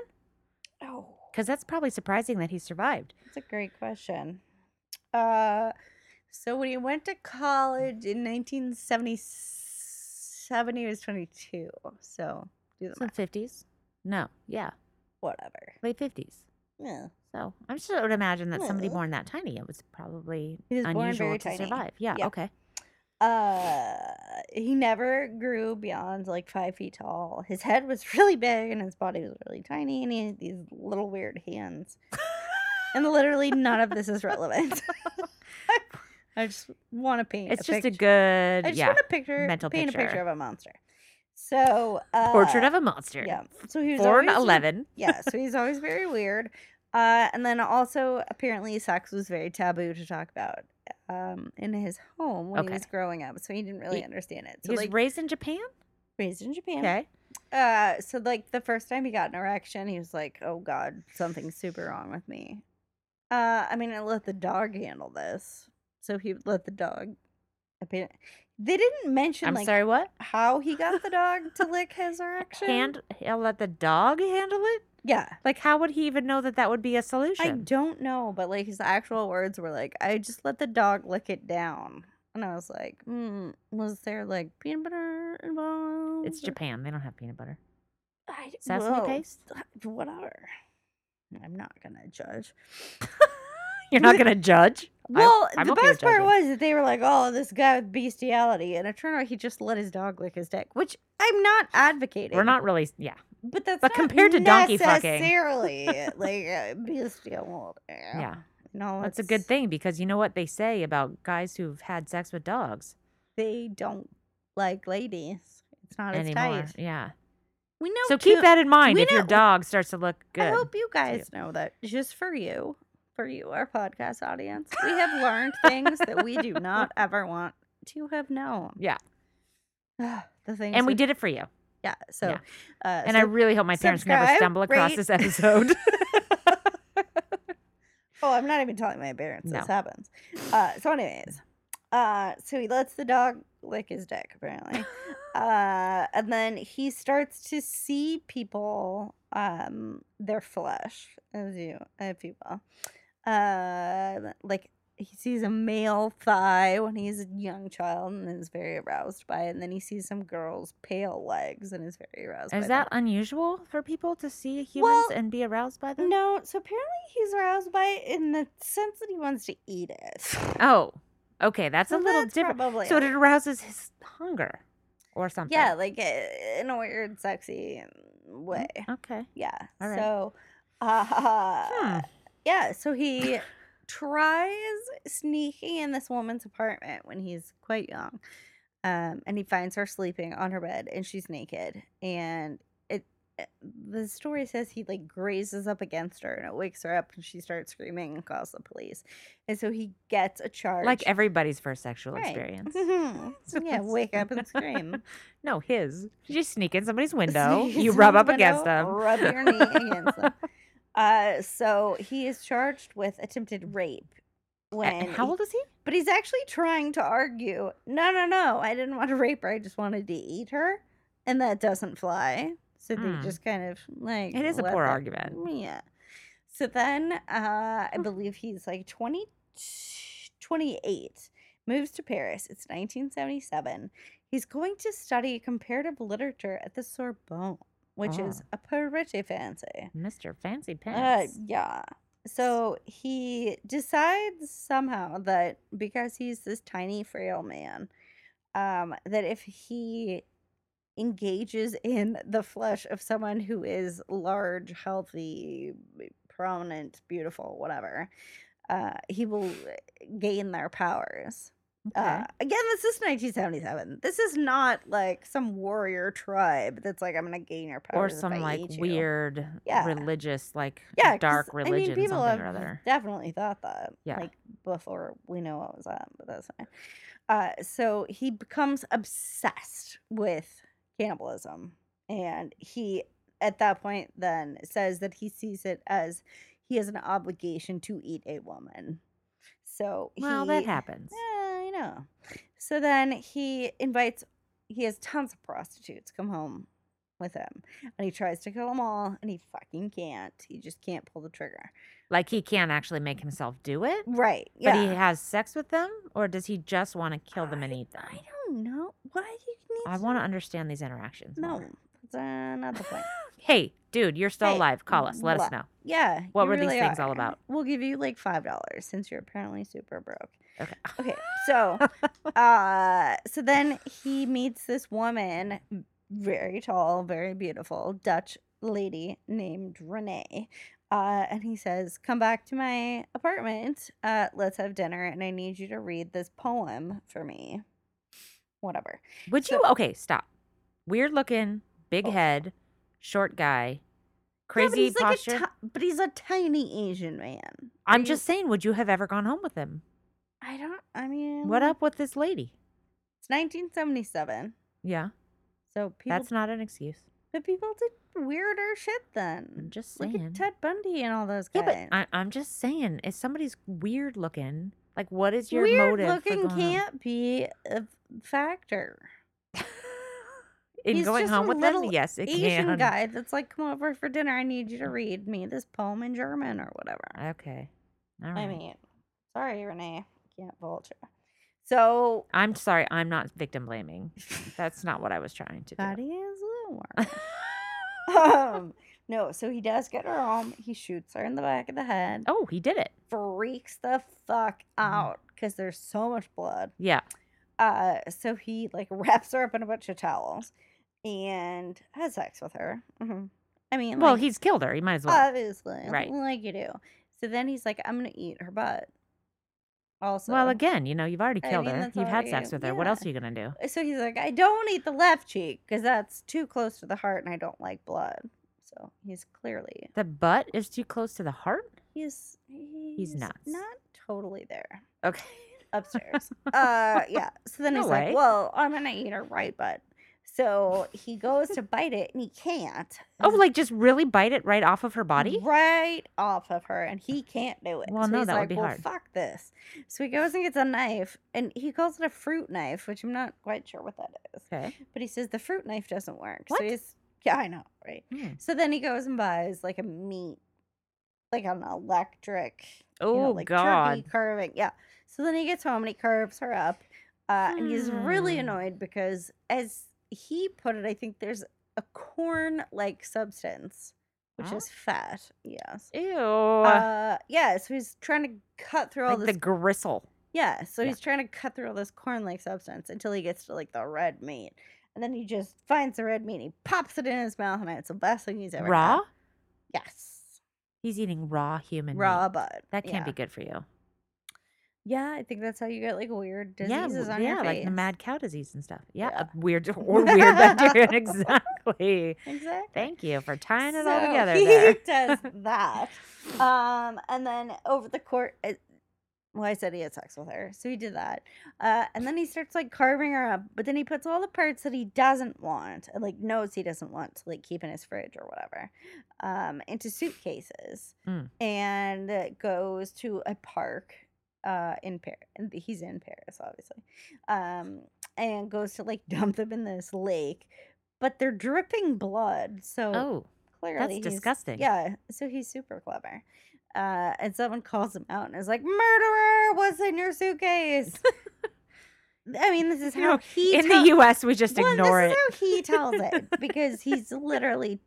S3: oh.
S2: Because that's probably surprising that he survived.
S3: That's a great question. Uh, so when he went to college in 1977, he was 22. So do the
S2: So
S3: math.
S2: 50s? No. Yeah.
S3: Whatever.
S2: Late 50s.
S3: Yeah.
S2: So I'm sure I would imagine that somebody
S3: Yeah.
S2: born that tiny, it was probably
S3: He was born
S2: unusual
S3: very
S2: to
S3: tiny.
S2: survive. Yeah,
S3: Yeah.
S2: Okay.
S3: Uh, he never grew beyond like five feet tall. His head was really big and his body was really tiny, and he had these little weird hands. and literally, none of this is relevant. I just want to paint.
S2: It's
S3: a
S2: just
S3: picture.
S2: a good
S3: I just
S2: yeah,
S3: want to picture
S2: mental
S3: paint a
S2: picture.
S3: picture of a monster. So uh,
S2: portrait of a monster.
S3: yeah. So he was
S2: Born
S3: always, like-
S2: 11.
S3: yeah, so he's always very weird. Uh, and then also apparently sex was very taboo to talk about um, in his home when
S2: Okay.
S3: he was growing up, so he didn't really
S2: He-
S3: understand it.
S2: He
S3: So
S2: was
S3: like
S2: raised in Japan?
S3: raised in Japan.
S2: Okay.
S3: Uh, so like the first time he got an erection, he was like, "Oh God, something's super wrong with me." Uh, I mean, I let the dog handle this, so he let the dog. They didn't mention
S2: I'm
S3: like
S2: sorry, what?
S3: how he got the dog to lick his erection.
S2: Hand, he'll let the dog handle it?
S3: yeah,
S2: Like, how would he even know that that would be a solution?
S3: I don't know, but like his actual words were like, "I just let the dog lick it down." And I was like, mm, was there like peanut butter involved?
S2: It's
S3: or-"
S2: Japan. They don't have peanut butter.
S3: I,
S2: Sesame
S3: whoa,
S2: paste?
S3: Whatever. I'm not gonna judge.
S2: You're not gonna judge. I-
S3: Well,
S2: I'm
S3: the
S2: okay with
S3: best part
S2: judging.
S3: was that they were like, "Oh, this guy with bestiality," and it turned out he just let his dog lick his dick, which I'm not advocating.
S2: We're not really. Yeah.
S3: but that's
S2: but
S3: not
S2: compared to donkey fucking-
S3: necessarily like uh, bestiality.
S2: Yeah.
S3: no,
S2: That's a good
S3: it's-
S2: thing because you know what they say about guys who've had sex with dogs
S3: They don't like ladies. It's not
S2: anymore.
S3: as tight.
S2: Yeah.
S3: We know.
S2: So keep
S3: two-
S2: that in mind
S3: we
S2: if your
S3: know-
S2: dog starts to look good.
S3: I hope you guys know that just for you, for you, our podcast audience, we have learned things that we do not ever want to have known.
S2: Yeah.
S3: the things
S2: and we
S3: that-
S2: did it for you.
S3: Yeah. So,
S2: Yeah.
S3: Uh,
S2: And
S3: so
S2: I really hope my parents never
S3: subscribe,
S2: stumble across
S3: rate-
S2: this episode.
S3: Oh, I'm not even telling my parents
S2: No.
S3: this happens. Uh, so, anyways, uh, so he lets the dog lick his dick, apparently. uh, and then he starts to see people, um, their flesh, as you, if you will. Um, like, he sees a male thigh when he's a young child and is very aroused by it. And then he sees some girl's pale legs and is very aroused by
S2: Is
S3: them.
S2: that unusual for people to see humans
S3: Well,
S2: and be aroused by them?
S3: No, so apparently he's aroused by it in the sense that he wants to eat it.
S2: Oh, okay. That's
S3: So
S2: a little
S3: that's
S2: different.
S3: Probably
S2: So
S3: it.
S2: it arouses his hunger or something.
S3: yeah, like uh, in a weird, sexy um, way.
S2: Okay.
S3: Yeah.
S2: All right.
S3: So, uh,
S2: Hmm.
S3: yeah. So he tries sneaking in this woman's apartment when he's quite young, um, and he finds her sleeping on her bed, and she's naked. And it, it- the story says he like grazes up against her, and it wakes her up, and she starts screaming and calls the police. And so he gets a charge.
S2: Like everybody's first sexual
S3: Right.
S2: experience.
S3: Mhm. yeah, wake up and scream.
S2: No, his. You just sneak in somebody's window.
S3: Sneak
S2: you
S3: into
S2: rub
S3: the
S2: up against them.
S3: window, Rub your knee against them. Uh, so he is charged with attempted rape. When
S2: And how
S3: he-
S2: old is he?
S3: but he's actually trying to argue, no, no, no, I didn't want to rape her. I just wanted to eat her, and that doesn't fly. So
S2: Hmm.
S3: they just kind of like
S2: It is a
S3: let
S2: poor
S3: that-
S2: argument.
S3: Yeah. So then uh, I believe he's like 20, 28, moves to Paris. It's 1977. He's going to study comparative literature at the Sorbonne, which is
S2: Oh.
S3: a pretty fancy.
S2: Mr. Fancy
S3: Uh,
S2: Pants.
S3: yeah. So he decides somehow that because he's this tiny, frail man, um, that if he engages in the flesh of someone who is large, healthy, prominent, beautiful, whatever, uh, he will uh, gain their powers.
S2: okay.
S3: Uh, again, this is 1977. This is not like some warrior tribe that's like, I'm going to gain your
S2: or
S3: powers. if I
S2: some like
S3: eat you."
S2: weird
S3: Yeah.
S2: religious, like
S3: yeah, 'cause,
S2: dark
S3: I mean,
S2: religion,
S3: people
S2: something or
S3: have
S2: other.
S3: Definitely thought that.
S2: Yeah.
S3: Like before we know what was up, but that's fine. Uh, so he becomes obsessed with cannibalism, and he at that point then says that he sees it as he has an obligation to eat a woman. So
S2: Well,
S3: he, eh,
S2: that happens.
S3: yeah, I know. So then he invites, he has tons of prostitutes come home with him. And he tries to kill them all, and he fucking can't. He just can't pull the trigger.
S2: Like he can't actually make himself do it.
S3: Right. mm, Yeah.
S2: But he has sex with them, or does he just want to kill them and eat them?
S3: I don't know. Why do you need
S2: I want to understand these interactions. more.
S3: No, that's uh, not the point.
S2: Hey, dude, you're still
S3: Hey,
S2: alive. Call us. Let us
S3: what-
S2: know.
S3: Yeah.
S2: What
S3: you
S2: were these
S3: really
S2: things all
S3: are.
S2: about?
S3: We'll give you like $5 since you're apparently super broke.
S2: Okay.
S3: Okay, so uh so then he meets this woman, very tall, very beautiful, Dutch lady named Renee. Uh, and he says, Come back to my apartment. Uh, let's have dinner, and I need you to read this poem for me. Whatever.
S2: Would
S3: so-
S2: you? Okay, stop. Weird looking, big
S3: Oh.
S2: head, short guy,
S3: Yeah, but
S2: crazy
S3: he's like a
S2: posture.
S3: ti- but he's a tiny Asian man. Are
S2: I'm
S3: you-
S2: just saying, would you have ever gone home with him?
S3: I don't, I mean,
S2: What up with this lady?
S3: It's 1977.
S2: Yeah,
S3: So people,
S2: that's not an excuse.
S3: but people did weirder shit then.
S2: I'm just
S3: Look
S2: saying.
S3: at Ted Bundy and all those
S2: yeah,
S3: guys.
S2: but I, I'm just saying, if somebody's weird looking, like, what is your
S3: Weird
S2: motive?
S3: looking
S2: for going home?
S3: can't be a factor.
S2: In
S3: He's
S2: going
S3: just
S2: home
S3: a
S2: with them?
S3: little
S2: Yes, it
S3: Asian
S2: can.
S3: guy that's like, come over for dinner. I need you to read me this poem in German or whatever.
S2: Okay. All right.
S3: I mean, sorry, Renee, can't vulture. So
S2: I'm sorry, I'm not victim blaming. That's not what I was trying to do.
S3: that is the word. um, no, so he does get her home. He shoots her in the back of the head.
S2: Oh, Mm-hmm. he did it.
S3: Freaks the fuck out because there's so much blood.
S2: Yeah.
S3: Uh, so he like wraps her up in a bunch of towels and has sex with her. Mhm. I mean,
S2: Well,
S3: like,
S2: he's killed her. He might as well.
S3: obviously
S2: Right.
S3: like you do. So then he's like, I'm gonna eat her butt. Also,
S2: well, again, you know, you've already
S3: I
S2: killed
S3: mean,
S2: her.
S3: that's
S2: You've had
S3: already-
S2: sex with her. What
S3: yeah.
S2: else are you gonna do?
S3: so he's like, I don't eat the left cheek because that's too close to the heart, and I don't like blood. So he's clearly
S2: The butt is too close to the heart.
S3: he's he's,
S2: nuts.
S3: not totally there.
S2: Okay.
S3: upstairs. uh, yeah. So then
S2: No
S3: he's
S2: way.
S3: like, "Well, I'm gonna eat her right butt." So he goes to bite it, and he can't.
S2: Oh, like just really bite it right off of her body?
S3: right off of her, and he can't do it.
S2: Well,
S3: so
S2: no,
S3: he's
S2: that would
S3: like,
S2: be
S3: well,
S2: hard.
S3: Fuck this. So he goes and gets a knife, and he calls it a fruit knife, which I'm not quite sure what that is.
S2: Okay.
S3: But he says the fruit knife doesn't work.
S2: What?
S3: So he's yeah, I know, right?
S2: Hmm.
S3: So then he goes and buys like a meat, like an electric
S2: Oh
S3: you know, like
S2: God.
S3: turkey curving. Yeah. So then he gets home and he curves her up, uh, and he's really
S2: Hmm.
S3: annoyed because, as he put it, I think there's a corn-like substance, which
S2: Huh?
S3: is fat. Yes.
S2: Ew.
S3: Uh, yeah. So he's trying to cut through all
S2: like the
S3: this.
S2: gristle.
S3: yeah. So
S2: yeah.
S3: he's trying to cut through all this corn-like substance until he gets to like the red meat. And then he just finds the red meat, and he pops it in his mouth, and it's the best thing he's ever had.
S2: Raw?
S3: Yes,
S2: He's eating raw human
S3: raw
S2: meat.
S3: bud.
S2: That can't
S3: yeah.
S2: be good for you.
S3: Yeah, I think that's how you get like weird
S2: yeah,
S3: diseases
S2: w-
S3: on
S2: yeah,
S3: your face.
S2: like the mad cow disease and stuff. Yeah,
S3: Yeah.
S2: a weird or weird bacteria. exactly.
S3: Exactly.
S2: Thank you for tying it all
S3: So
S2: together.
S3: He
S2: There.
S3: does that. Um, and then over the court, uh, well, I said he had sex with her, so he did that. Uh, and then he starts like carving her up, but then he puts all the parts that he doesn't want and like knows he doesn't want to like keep in his fridge or whatever, um, into suitcases,
S2: Mm.
S3: and uh, goes to a park. Uh, in Paris, he's in Paris, obviously, um, and goes to like dump them in this lake, but they're dripping blood. So
S2: Oh,
S3: clearly
S2: that's
S3: he's-
S2: disgusting.
S3: yeah so he's super clever uh, and someone calls him out and is like murderer what's in your suitcase i mean this is
S2: You
S3: how
S2: know,
S3: he
S2: In
S3: tell-
S2: the U.S., we just
S3: Well,
S2: ignore it.
S3: this is how he tells it because he's literally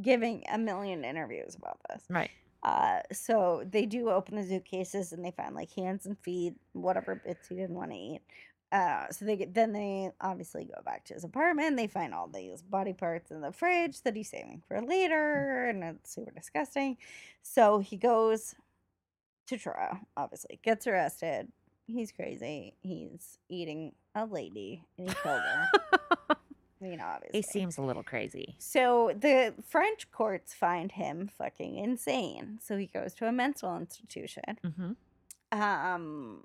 S3: giving a million interviews about this
S2: Right.
S3: uh, so they do open the suitcases and they find like hands and feet, whatever bits he didn't want to eat. Uh, so they get, then they obviously go back to his apartment. They find all these body parts in the fridge that he's saving for later, and it's super disgusting. So he goes to trial. Obviously, gets arrested. He's crazy. He's eating a lady, and he killed her. you know,
S2: He
S3: obviously.
S2: seems a little crazy.
S3: So the French courts find him fucking insane. So he goes to a mental institution.
S2: hmm
S3: Um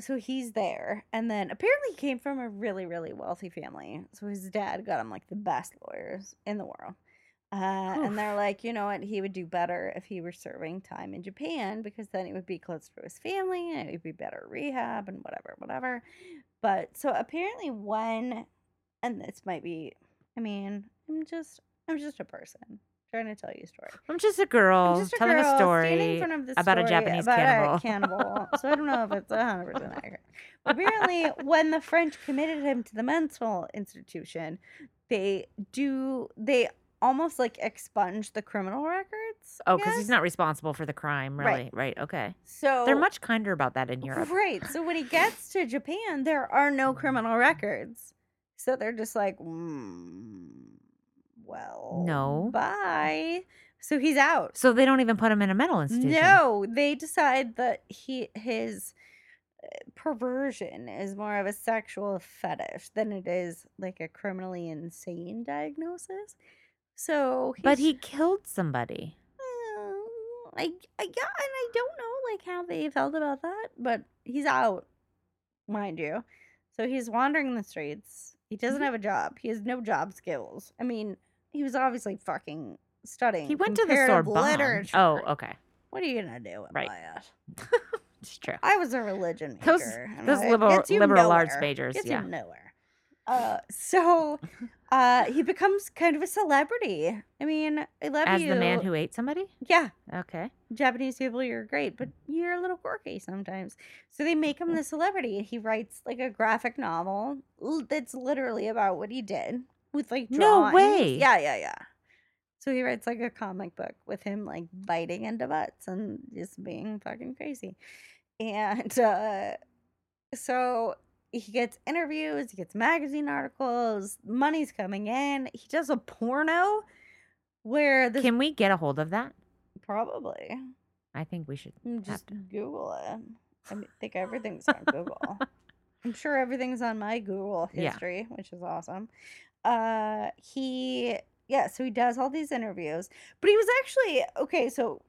S3: so he's there and then apparently he came from a really really wealthy family. So his dad got him like the best lawyers in the world. Uh,
S2: Oof.
S3: and they're like, you know what? He would do better if he were serving time in Japan because then he would be closer to his family and it would be better rehab and whatever, whatever. But so apparently, when, and this might be, I mean, I'm just, I'm just a person trying to tell you a story.
S2: I'm just a
S3: I'm
S2: girl
S3: just
S2: telling
S3: girl
S2: a
S3: standing in
S2: story.
S3: front of this
S2: about a
S3: story
S2: Japanese
S3: about
S2: cannibal.
S3: a cannibal. so I don't know if it's 100 percent accurate. But apparently, when the French committed him to the mental institution, they do they almost like expunge the criminal records.
S2: Oh, because he's not responsible for the crime, really.
S3: Right.
S2: Right. Okay.
S3: so
S2: They're much kinder about that in Europe.
S3: Right. So when he gets to Japan, there are no criminal records. So they're just like, mm, well,
S2: No.
S3: bye. So he's out.
S2: So they don't even put him in a mental institution.
S3: No, they decide that he his uh, perversion is more of a sexual fetish than it is like a criminally insane diagnosis. So,
S2: But he
S3: he's-
S2: killed somebody.
S3: Uh, I, I yeah, and I don't know like how they felt about that, but he's out, mind you. So he's wandering the streets. He doesn't
S2: Mm-hmm.
S3: have a job. He has no job skills. I mean, he was obviously fucking studying.
S2: He went to the
S3: comparative
S2: Sorbonne.
S3: Literature.
S2: Oh, okay.
S3: What are you gonna do with
S2: Right.
S3: that?
S2: It's true.
S3: I was a religion
S2: Those-
S3: major. and
S2: those
S3: I- it
S2: liberal-
S3: gets you
S2: liberal arts
S3: nowhere.
S2: majors,
S3: Gets
S2: yeah.
S3: you nowhere. Uh, so uh, he becomes kind of a celebrity. I mean, I love
S2: As
S3: you.
S2: the man who ate somebody?
S3: Yeah,
S2: Okay.
S3: Japanese people, you're great, but you're a little quirky sometimes. So they make
S2: Mm-hmm.
S3: him the celebrity. He writes like a graphic novel l- that's literally about what he did with like
S2: No
S3: drawings.
S2: way.
S3: Yeah, yeah, yeah. So he writes like a comic book with him like biting into butts and just being fucking crazy. And uh, so he gets interviews, he gets magazine articles, money's coming in. He does a porno where this
S2: Can we get a hold of that?
S3: probably.
S2: I think we should.
S3: Mm,
S2: have
S3: Just
S2: to.
S3: Google it. I mean, think everything's on Google. I'm sure everything's on my Google
S2: Yeah.
S3: history, which is awesome. Uh, he yeah, so he does all these interviews, but he was actually okay. So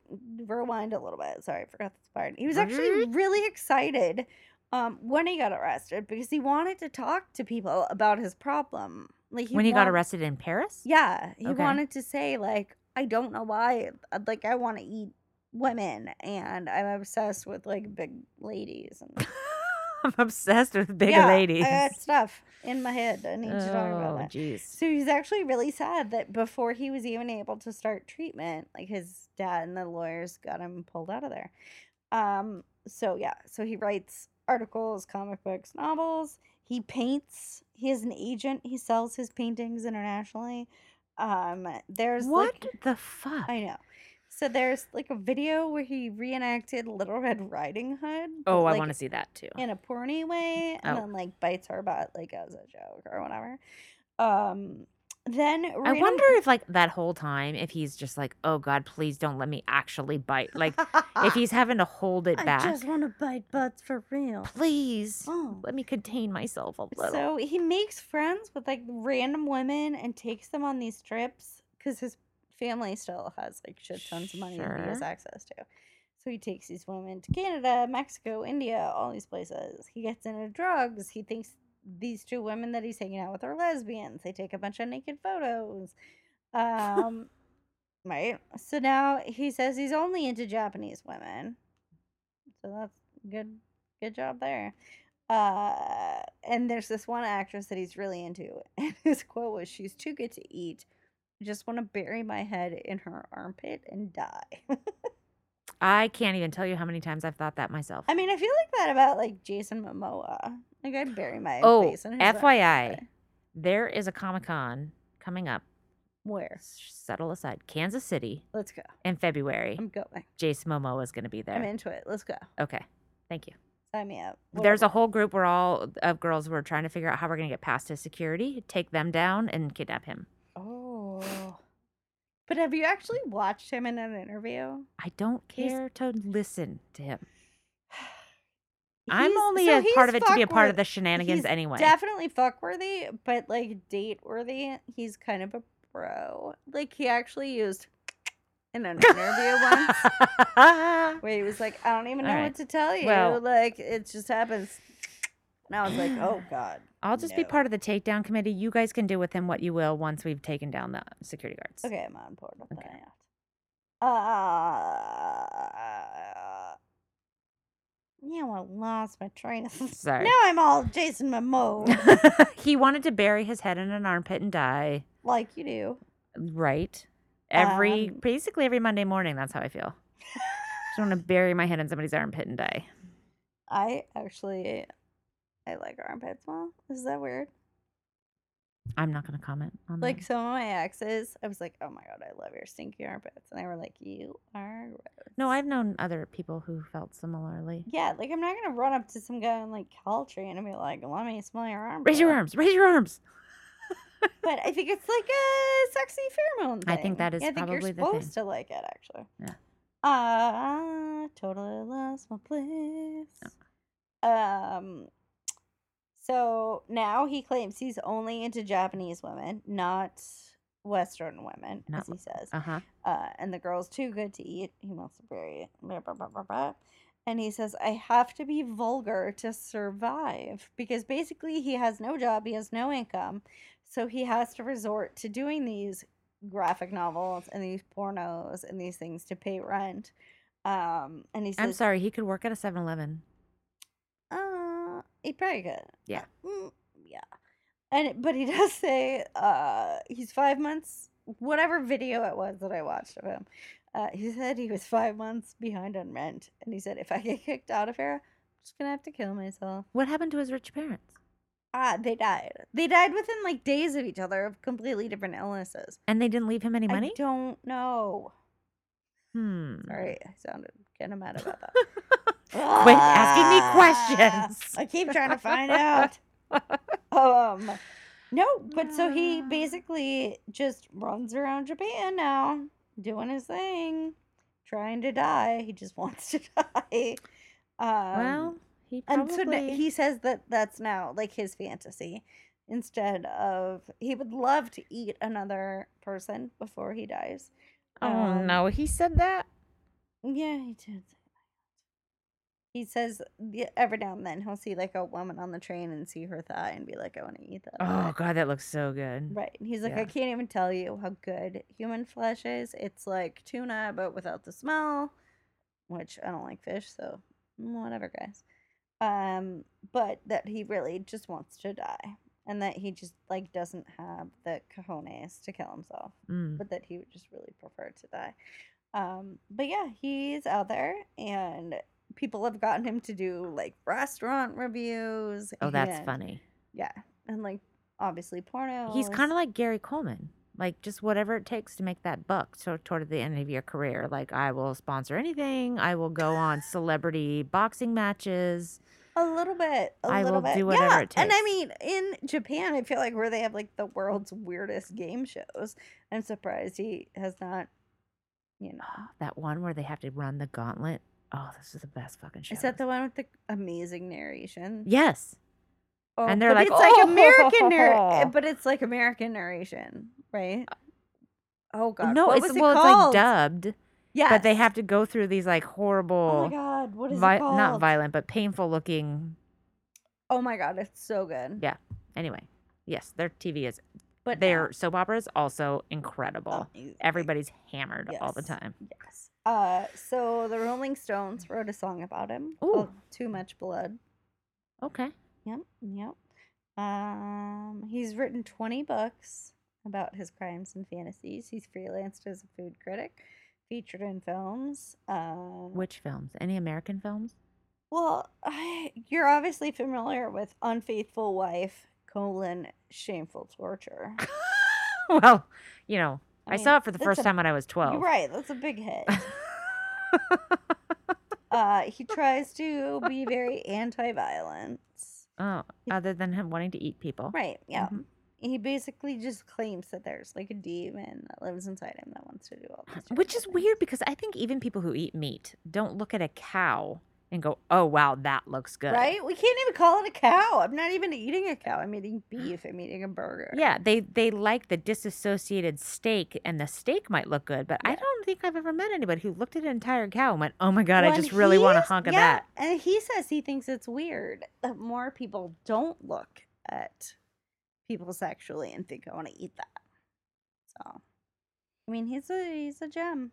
S3: rewind a little bit. Sorry, I forgot this part. He was
S2: Mm-hmm.
S3: actually really excited um, when he got arrested because he wanted to talk to people about his problem. Like
S2: when he got
S3: want-
S2: arrested in Paris?
S3: yeah, he
S2: Okay.
S3: wanted to say like I don't know why uh, like I want to eat women and I'm obsessed with like big ladies and
S2: I'm obsessed with big
S3: Yeah,
S2: ladies.
S3: I got stuff in my head. I need to talk
S2: Oh,
S3: about that.
S2: jeez.
S3: So he's actually really sad that before he was even able to start treatment, like his dad and the lawyers got him pulled out of there. Um, so yeah, so he writes articles, comic books, novels. He paints. He is an agent. He sells his paintings internationally. Um, there's
S2: What
S3: Like,
S2: the fuck?
S3: I know. So there's like a video where he reenacted Little Red Riding Hood.
S2: Oh,
S3: but,
S2: I
S3: like,
S2: want to see that too.
S3: in a porny way and
S2: Oh.
S3: then like bites her butt like as a joke or whatever. Um then
S2: I
S3: random-
S2: wonder if, like, that whole time, if he's just like, "Oh God, please don't let me actually bite." Like, if he's having to hold it
S3: I
S2: back,
S3: just want to bite butts for real.
S2: please
S3: Oh.
S2: let me contain myself a little.
S3: So he makes friends with like random women and takes them on these trips because his family still has like shit tons of money that he has
S2: Sure.
S3: access to. So he takes these women to Canada, Mexico, India, all these places. He gets into drugs. He thinks these two women that he's hanging out with are lesbians. They take a bunch of naked photos. Um, right. So now he says he's only into Japanese women. So that's good. Good job there. Uh, and there's this one actress that he's really into, and his quote was, "She's too good to eat. I just want to bury my head in her armpit and die."
S2: I can't even tell you how many times I've thought that myself.
S3: I mean, I feel like that about like Jason Momoa. Like I'd bury my
S2: Oh,
S3: face in his
S2: FYI.
S3: armpit.
S2: there is a Comic Con coming up.
S3: Where?
S2: Settle aside, Kansas City
S3: Let's go.
S2: in February.
S3: I'm going.
S2: Jason Momoa is going to be there.
S3: I'm into it. Let's go.
S2: okay, thank you.
S3: Sign me up.
S2: There's a whole group we're all of girls who are trying to figure out how we're going to get past his security, take them down, and kidnap him.
S3: oh. But have you actually watched him in an interview?
S2: I don't
S3: He's-
S2: care to listen to him. I'm
S3: He's-
S2: only
S3: so
S2: a part of
S3: he's
S2: it to be a part
S3: fuckworth-
S2: of the shenanigans
S3: he's
S2: anyway.
S3: Definitely fuck worthy, but like date worthy. He's kind of a pro. Like he actually used in an interview once where he was like, "I don't even know
S2: All right.
S3: what to tell you.
S2: Well-
S3: like it just happens." And I was like, "Oh God."
S2: I'll just be
S3: No.
S2: part of the takedown committee. You guys can do with him what you will once we've taken down the security guards.
S3: Okay, I'm on board with
S2: Okay.
S3: that. Uh, yeah, I lost my train of thought.
S2: Sorry.
S3: Now I'm all Jason Momoa,
S2: he wanted to bury his head in an armpit and die.
S3: like you do.
S2: Right. Every
S3: Um,
S2: basically every Monday morning, that's how I feel. Just want to bury my head in somebody's armpit and die.
S3: I actually, I like armpit smell. Is that weird?
S2: Mm-hmm. I'm not going to comment on
S3: Like
S2: that.
S3: some of my exes, I was like, "Oh my god, I love your stinky armpits," and they were like, "You are." gross."
S2: No, I've known other people who felt similarly.
S3: Yeah, like I'm not gonna run up to some guy in like Caltree and be like, "Let me smell your armpit."
S2: Raise your arms. Raise your arms.
S3: But I think it's like a sexy pheromone.
S2: I think
S3: thing.
S2: that is
S3: I think
S2: probably
S3: you're
S2: the thing.
S3: supposed to like it, actually.
S2: Yeah.
S3: Uh, I totally lost my place. Um. So now he claims he's only into Japanese women, not Western women,
S2: Not
S3: as he says.
S2: Uh-huh.
S3: Uh, and the girl's too good to eat. He wants to bury it. Blah, blah, blah, blah, blah. And he says, I have to be vulgar to survive because basically he has no job, he has no income. So he has to resort to doing these graphic novels and these pornos and these things to pay rent. Um, and he says,
S2: I'm sorry. He could work at a 7-Eleven.
S3: Uh, he probably could.
S2: Yeah.
S3: Uh, mm, yeah. And but he does say uh, he's five months. Whatever video it was that I watched of him, uh, he said he was five months behind on rent, and he said if I get kicked out of here, I'm just gonna have to kill myself.
S2: What happened to his rich parents?
S3: Ah, they died. They died within like days of each other of completely different illnesses.
S2: And they didn't leave him any money?
S3: I don't know.
S2: Hmm.
S3: Sorry, I sounded kind of mad about that.
S2: Quit asking me
S3: Ah,
S2: questions.
S3: I keep trying to find out. um, no, but so he
S2: Ah.
S3: basically just runs around Japan now, doing his thing, trying to die. He just wants to die. Um,
S2: well, he
S3: and
S2: probably
S3: so n- he says that that's now like his fantasy. Instead of he would love to eat another person before he dies.
S2: Oh
S3: um,
S2: no, he said that?
S3: Yeah, he did. say that. He says the- every now and then he'll see like a woman on the train and see her thigh and be like, "I want to eat that."
S2: Oh
S3: thigh."
S2: god, that looks so good.
S3: right. And he's like,
S2: yeah.
S3: "I can't even tell you how good human flesh is. It's like tuna, but without the smell." Which I don't like fish, so whatever, guys. Um, but that he really just wants to die, and that he just like doesn't have the cojones to kill himself
S2: Mm.
S3: but that he would just really prefer to die. Um, but yeah, he's out there, and people have gotten him to do like restaurant reviews.
S2: Oh, that's
S3: and-
S2: funny.
S3: Yeah, and like obviously porno.
S2: He's kind of like Gary Coleman. Like just whatever it takes to make that buck. So toward the end of your career, like I will sponsor anything. I will go on celebrity boxing matches.
S3: a little bit. A
S2: I
S3: little
S2: will
S3: bit.
S2: do whatever
S3: yeah.
S2: it
S3: And I
S2: takes.
S3: mean, in Japan, I feel like where they have like the world's weirdest game shows. I'm surprised he has not. You know,
S2: Oh, That one where they have to run the gauntlet. Oh, this is the best fucking show.
S3: is that the one with the amazing narration?
S2: Yes.
S3: Oh,
S2: And they're like,
S3: but it's like American,
S2: "Oh." Uh,
S3: nar- eh, but it's like American narration, right? Oh God,
S2: no,
S3: what
S2: it's
S3: was it
S2: well, it's like
S3: called?
S2: dubbed,
S3: Yeah,
S2: but they have to go through these like horrible,
S3: Oh my God, what is
S2: vi-
S3: it called?
S2: not violent, but painful looking.
S3: Oh my God, it's so good.
S2: Yeah, Anyway, yes, their TV is,
S3: but
S2: their soap opera is also incredible.
S3: now, amazing.
S2: Everybody's hammered all the
S3: Yes.
S2: time.
S3: Uh, Yes. Uh, so the Rolling Stones wrote a song about him. called Too much blood.
S2: Okay.
S3: Yep. Yep. Um, he's written 20 books about his crimes and fantasies. He's freelanced as a food critic, featured in films. Um,
S2: Which films? Any American films?
S3: Well, you're obviously familiar with unfaithful wife colon shameful torture.
S2: well, you know, I,
S3: mean,
S2: saw it for the
S3: that's
S2: first
S3: a-
S2: time when I was
S3: You're
S2: 12.
S3: right. That's a big hit. uh, he tries to be very anti-violence.
S2: Oh, other than him wanting to eat people.
S3: Right. Yeah.
S2: Mhm.
S3: He basically just claims that there's like a demon that lives inside him that wants to do all this.
S2: Which is weird because I think even people who eat meat don't look at a cow and go, oh, wow, that looks good.
S3: Right? We can't even call it a cow. I'm not even eating a cow. I'm eating beef. I'm eating a burger.
S2: Yeah, they, they like the disassociated steak, and the steak might look good, but I
S3: Yeah.
S2: don't think I've ever met anybody who looked at an entire cow and went, oh my God, I
S3: When
S2: just really want a
S3: he's-
S2: hunk of
S3: yeah,
S2: that.
S3: And he says he thinks it's weird that more people don't look at people sexually and think I want to eat that. So, I mean, he's a he's a gem.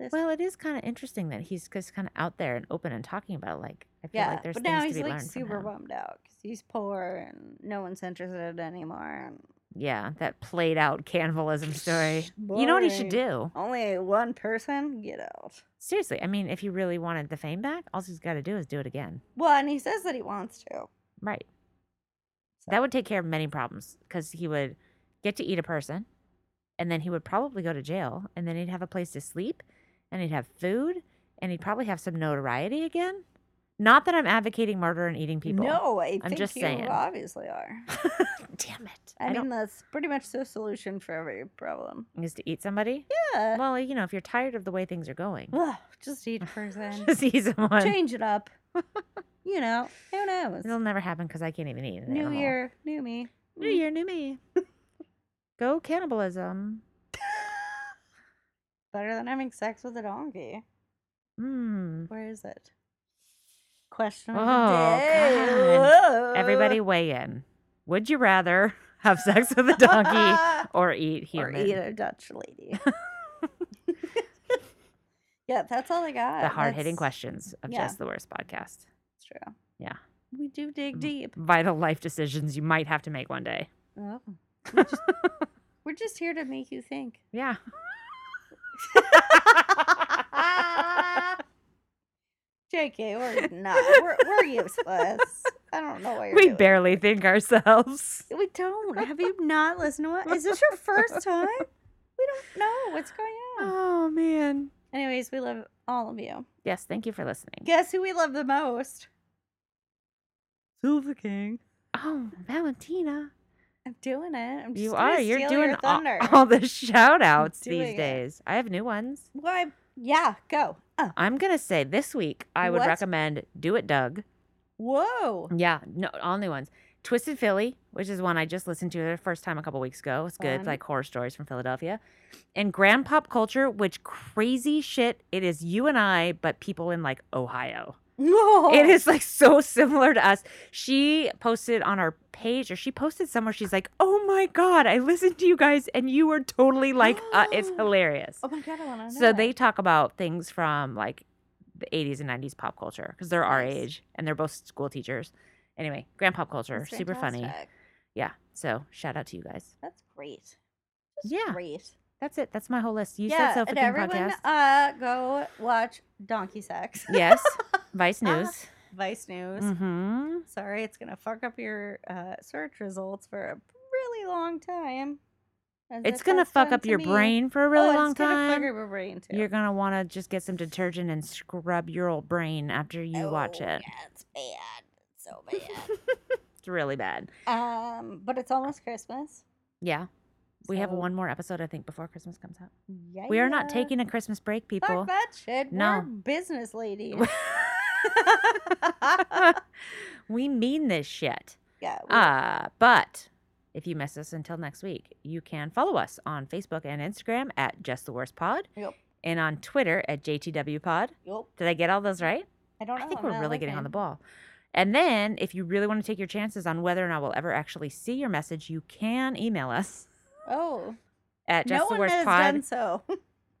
S3: This-
S2: Well, it is kind of interesting that he's just kind of out there and open and talking about it. Like, I feel
S3: yeah,
S2: like there's
S3: but
S2: things
S3: now
S2: to
S3: he's
S2: be
S3: like
S2: learned from
S3: super
S2: him.
S3: bummed out because he's poor and no one's interested anymore. And
S2: Yeah, that played out cannibalism story. You know what he should
S3: Boring.
S2: do?
S3: Only one person get out.
S2: Seriously, I mean, if he really wanted the fame back, all he's got to do is do it again.
S3: Well, and he says that he wants to.
S2: Right. That would take care of many problems because he would get to eat a person and then he would probably go to jail and then he'd have a place to sleep and he'd have food and he'd probably have some notoriety again. Not that I'm advocating murder and eating people.
S3: No, I think
S2: just
S3: you
S2: saying.
S3: obviously are.
S2: Damn it.
S3: I,
S2: I,
S3: mean, that's pretty much the solution for every problem.
S2: don't is to eat somebody.
S3: Yeah.
S2: Well, you know, if you're tired of the way things are going,
S3: Ugh, just each person.
S2: just eat someone.
S3: Change it up. you know, who knows?
S2: It'll never happen because I can't even eat an
S3: new
S2: animal.
S3: year, new me.
S2: New year, new me. Go cannibalism.
S3: Better than having sex with a donkey.
S2: Mm.
S3: Where is it? Question of
S2: Oh,
S3: the day. Whoa.
S2: Everybody weigh in. Would you rather have sex with a donkey or eat
S3: or
S2: human?
S3: eat a Dutch lady. yeah, that's all I got.
S2: the hard hitting
S3: That's-
S2: questions of
S3: yeah.
S2: just the worst podcast.
S3: That's true.
S2: Yeah.
S3: We do dig
S2: Mm.
S3: deep.
S2: Vital life decisions you might have to make one day.
S3: We're just, we're just here to make you think.
S2: Yeah.
S3: JK, we're not. We're, we're useless. I don't know what you're
S2: we
S3: doing.
S2: barely think ourselves.
S3: We don't. Have you not listened to it? Is this your first time? We don't know what's going on.
S2: Oh man.
S3: Anyways, we love all of you.
S2: Yes, thank you for listening.
S3: Guess who we love the most? Silver King.
S2: Oh, Valentina.
S3: I'm doing it. I'm just
S2: You
S3: gonna
S2: are. You're
S3: steal
S2: doing
S3: your
S2: all,
S3: thunder.
S2: all the shout outs
S3: doing
S2: these
S3: it.
S2: days. I have new ones.
S3: Well, I- yeah, go. Oh,
S2: I'm going to say this week, I would
S3: What?
S2: recommend Do It Doug.
S3: whoa.
S2: Yeah, no, all new ones. Twisted Philly, which is one I just listened to the first time a couple weeks ago. It's good. It's
S3: Fun.
S2: like horror stories from Philadelphia. And Grand Pop Culture, which crazy shit. It is you and I, but people in like Ohio.
S3: No.
S2: It is like so similar to us. She posted on our page, or she posted somewhere. She's like, "Oh my god, I listened to you guys, and you were totally like, uh, it's hilarious."
S3: Oh my god, I want to know.
S2: So
S3: it.
S2: they talk about things from like the 80s and 90s pop culture because they're our
S3: Nice.
S2: age and they're both school teachers. Anyway, grand pop culture,
S3: That's
S2: super funny.
S3: fantastic.
S2: Yeah. So shout out to you guys.
S3: That's great. That's
S2: Yeah.
S3: Great.
S2: That's it. That's my whole list. You
S3: yeah,
S2: said so for
S3: and
S2: the
S3: everyone,
S2: podcast.
S3: uh, go watch Donkey Sex.
S2: yes. Vice News.
S3: Vice News.
S2: hmm
S3: Sorry, it's gonna fuck up your uh, search results for a really long time. as
S2: It's
S3: it
S2: gonna
S3: has
S2: fuck
S3: done
S2: up
S3: to
S2: your
S3: me.
S2: brain for a really
S3: Oh, it's
S2: long
S3: gonna
S2: time.
S3: fuck up your brain too.
S2: You're gonna want to just get some detergent and scrub your old brain after you watch
S3: Oh,
S2: it.
S3: Yeah, it's bad. It's so bad.
S2: It's really bad.
S3: um, but it's almost Christmas.
S2: Yeah, we have
S3: so-
S2: one more episode I think before Christmas comes out. We are not
S3: yeah.
S2: taking a Christmas break, people.
S3: Fuck that shit.
S2: No.
S3: We're business ladies.
S2: we mean this shit.
S3: yeah. we-
S2: Uh, but if you miss us until next week, you can follow us on Facebook and Instagram at Just the Worst Pod,
S3: Yep.
S2: and on Twitter at JTW Pod.
S3: yup.
S2: Did I get all those right?
S3: oh, I don't know.
S2: I think
S3: I'm
S2: we're
S3: not
S2: really getting on
S3: looking.
S2: the ball. And then, if you really want to take your chances on whether or not we'll ever actually see your message, you can email us
S3: Oh,
S2: at just
S3: no
S2: the
S3: one
S2: worst
S3: has
S2: pod.
S3: done so.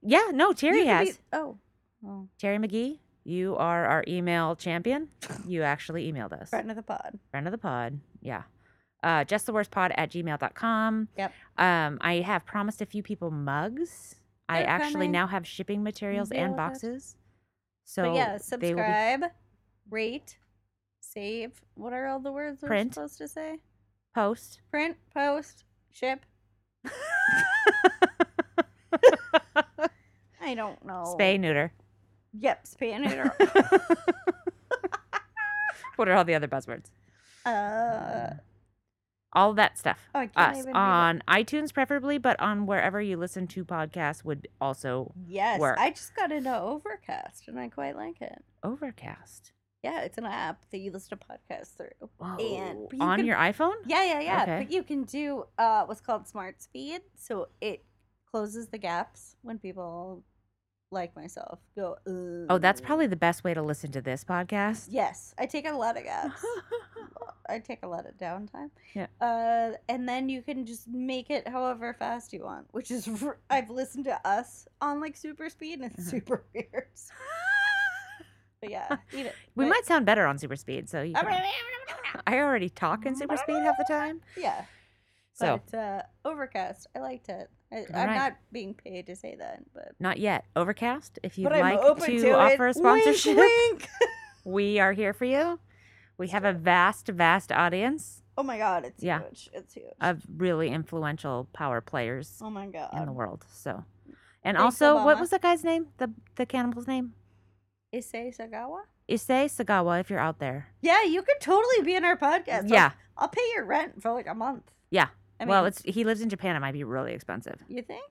S2: Yeah, no,
S3: You
S2: Terry
S3: could
S2: has.
S3: be- oh, oh,
S2: Terry McGee, you are our email champion. You actually emailed us.
S3: friend of the pod.
S2: Friend of the pod. Yeah. Uh, just the worst pod at gmail.com.
S3: Yep.
S2: Um, I have promised a few people mugs. I
S3: They're
S2: actually
S3: coming.
S2: now have shipping materials
S3: deal
S2: and
S3: with it.
S2: boxes. So
S3: So yeah,
S2: they will be
S3: subscribe, rate, save. What are all the words we're
S2: Print.
S3: supposed to say?
S2: post.
S3: Print, post, ship. I don't know.
S2: Spay neuter.
S3: Yep, spay and neuter.
S2: What are all the other buzzwords?
S3: uh,
S2: All that stuff.
S3: oh, I can't
S2: Us
S3: even read it.
S2: on iTunes, preferably, but on wherever you listen to podcasts would also
S3: Yes,
S2: work.
S3: I just got into Overcast and I quite like it.
S2: Overcast.
S3: Yeah, it's an app that you listen to podcasts through.
S2: Whoa.
S3: but you
S2: Oh, on
S3: can-
S2: your iPhone?
S3: Yeah, yeah, yeah.
S2: Okay.
S3: But you can do uh, what's called smart speed, so it closes the gaps when people like myself go. Ugh.
S2: Oh, that's probably the best way to listen to this podcast.
S3: Yes, I take a lot of gaps. I take a lot of downtime.
S2: Yeah.
S3: Uh, and then you can just make it however fast you want, which is r- I've listened to us on like super speed and it's
S2: Uh-huh.
S3: super weird. but yeah, eat it.
S2: we
S3: But-
S2: might sound better on super speed, so you can, I already talk in super speed half the time.
S3: Yeah.
S2: So,
S3: But uh, Overcast, I liked it. I, I'm
S2: right.
S3: not being paid to say that, but
S2: not yet. Overcast, if you'd
S3: but I'm
S2: like
S3: open
S2: to,
S3: to,
S2: offer
S3: it.
S2: a sponsorship,
S3: Wink, wink.
S2: we are here for you. We have a vast, vast audience
S3: Oh my god, it's
S2: Yeah.
S3: huge. It's huge.
S2: of really influential power players
S3: oh my god.
S2: in the world. So, and
S3: Thanks,
S2: also, what
S3: Obama.
S2: was that guy's name? The the cannibal's name?
S3: Issei Sagawa?
S2: Issei Sagawa, if you're out there.
S3: Yeah, you could totally be in our podcast. I'll-
S2: yeah.
S3: I'll, pay your rent for like a month.
S2: Yeah.
S3: I mean,
S2: well, it's he lives in Japan. It might be really expensive.
S3: you think?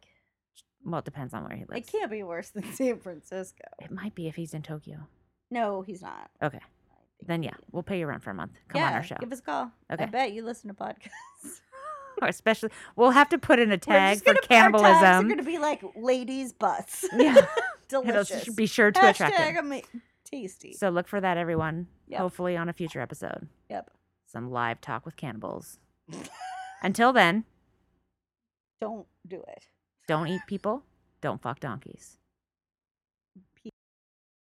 S2: Well, it depends on where he
S3: It
S2: lives.
S3: can't be worse than San Francisco.
S2: It might be if he's in Tokyo.
S3: No, he's not.
S2: Okay.
S3: I think
S2: Then
S3: he
S2: yeah,
S3: is.
S2: we'll pay your rent for a month. Come on
S3: Yeah,
S2: our show.
S3: Give us a call.
S2: Okay.
S3: I bet you listen to podcasts.
S2: Especially we'll have to put in a
S3: We're
S2: tag
S3: just
S2: for
S3: gonna- Our tags are
S2: cannibalism.
S3: going to be like ladies' butts.
S2: yeah. It'll
S3: Delicious.
S2: sh- be sure to attract
S3: Hashtag
S2: him.
S3: ama- tasty.
S2: So look for that everyone.
S3: Yep.
S2: Hopefully on a future episode.
S3: yep.
S2: Some live talk with cannibals. Until then,
S3: Don't do it.
S2: don't eat people, don't fuck donkeys.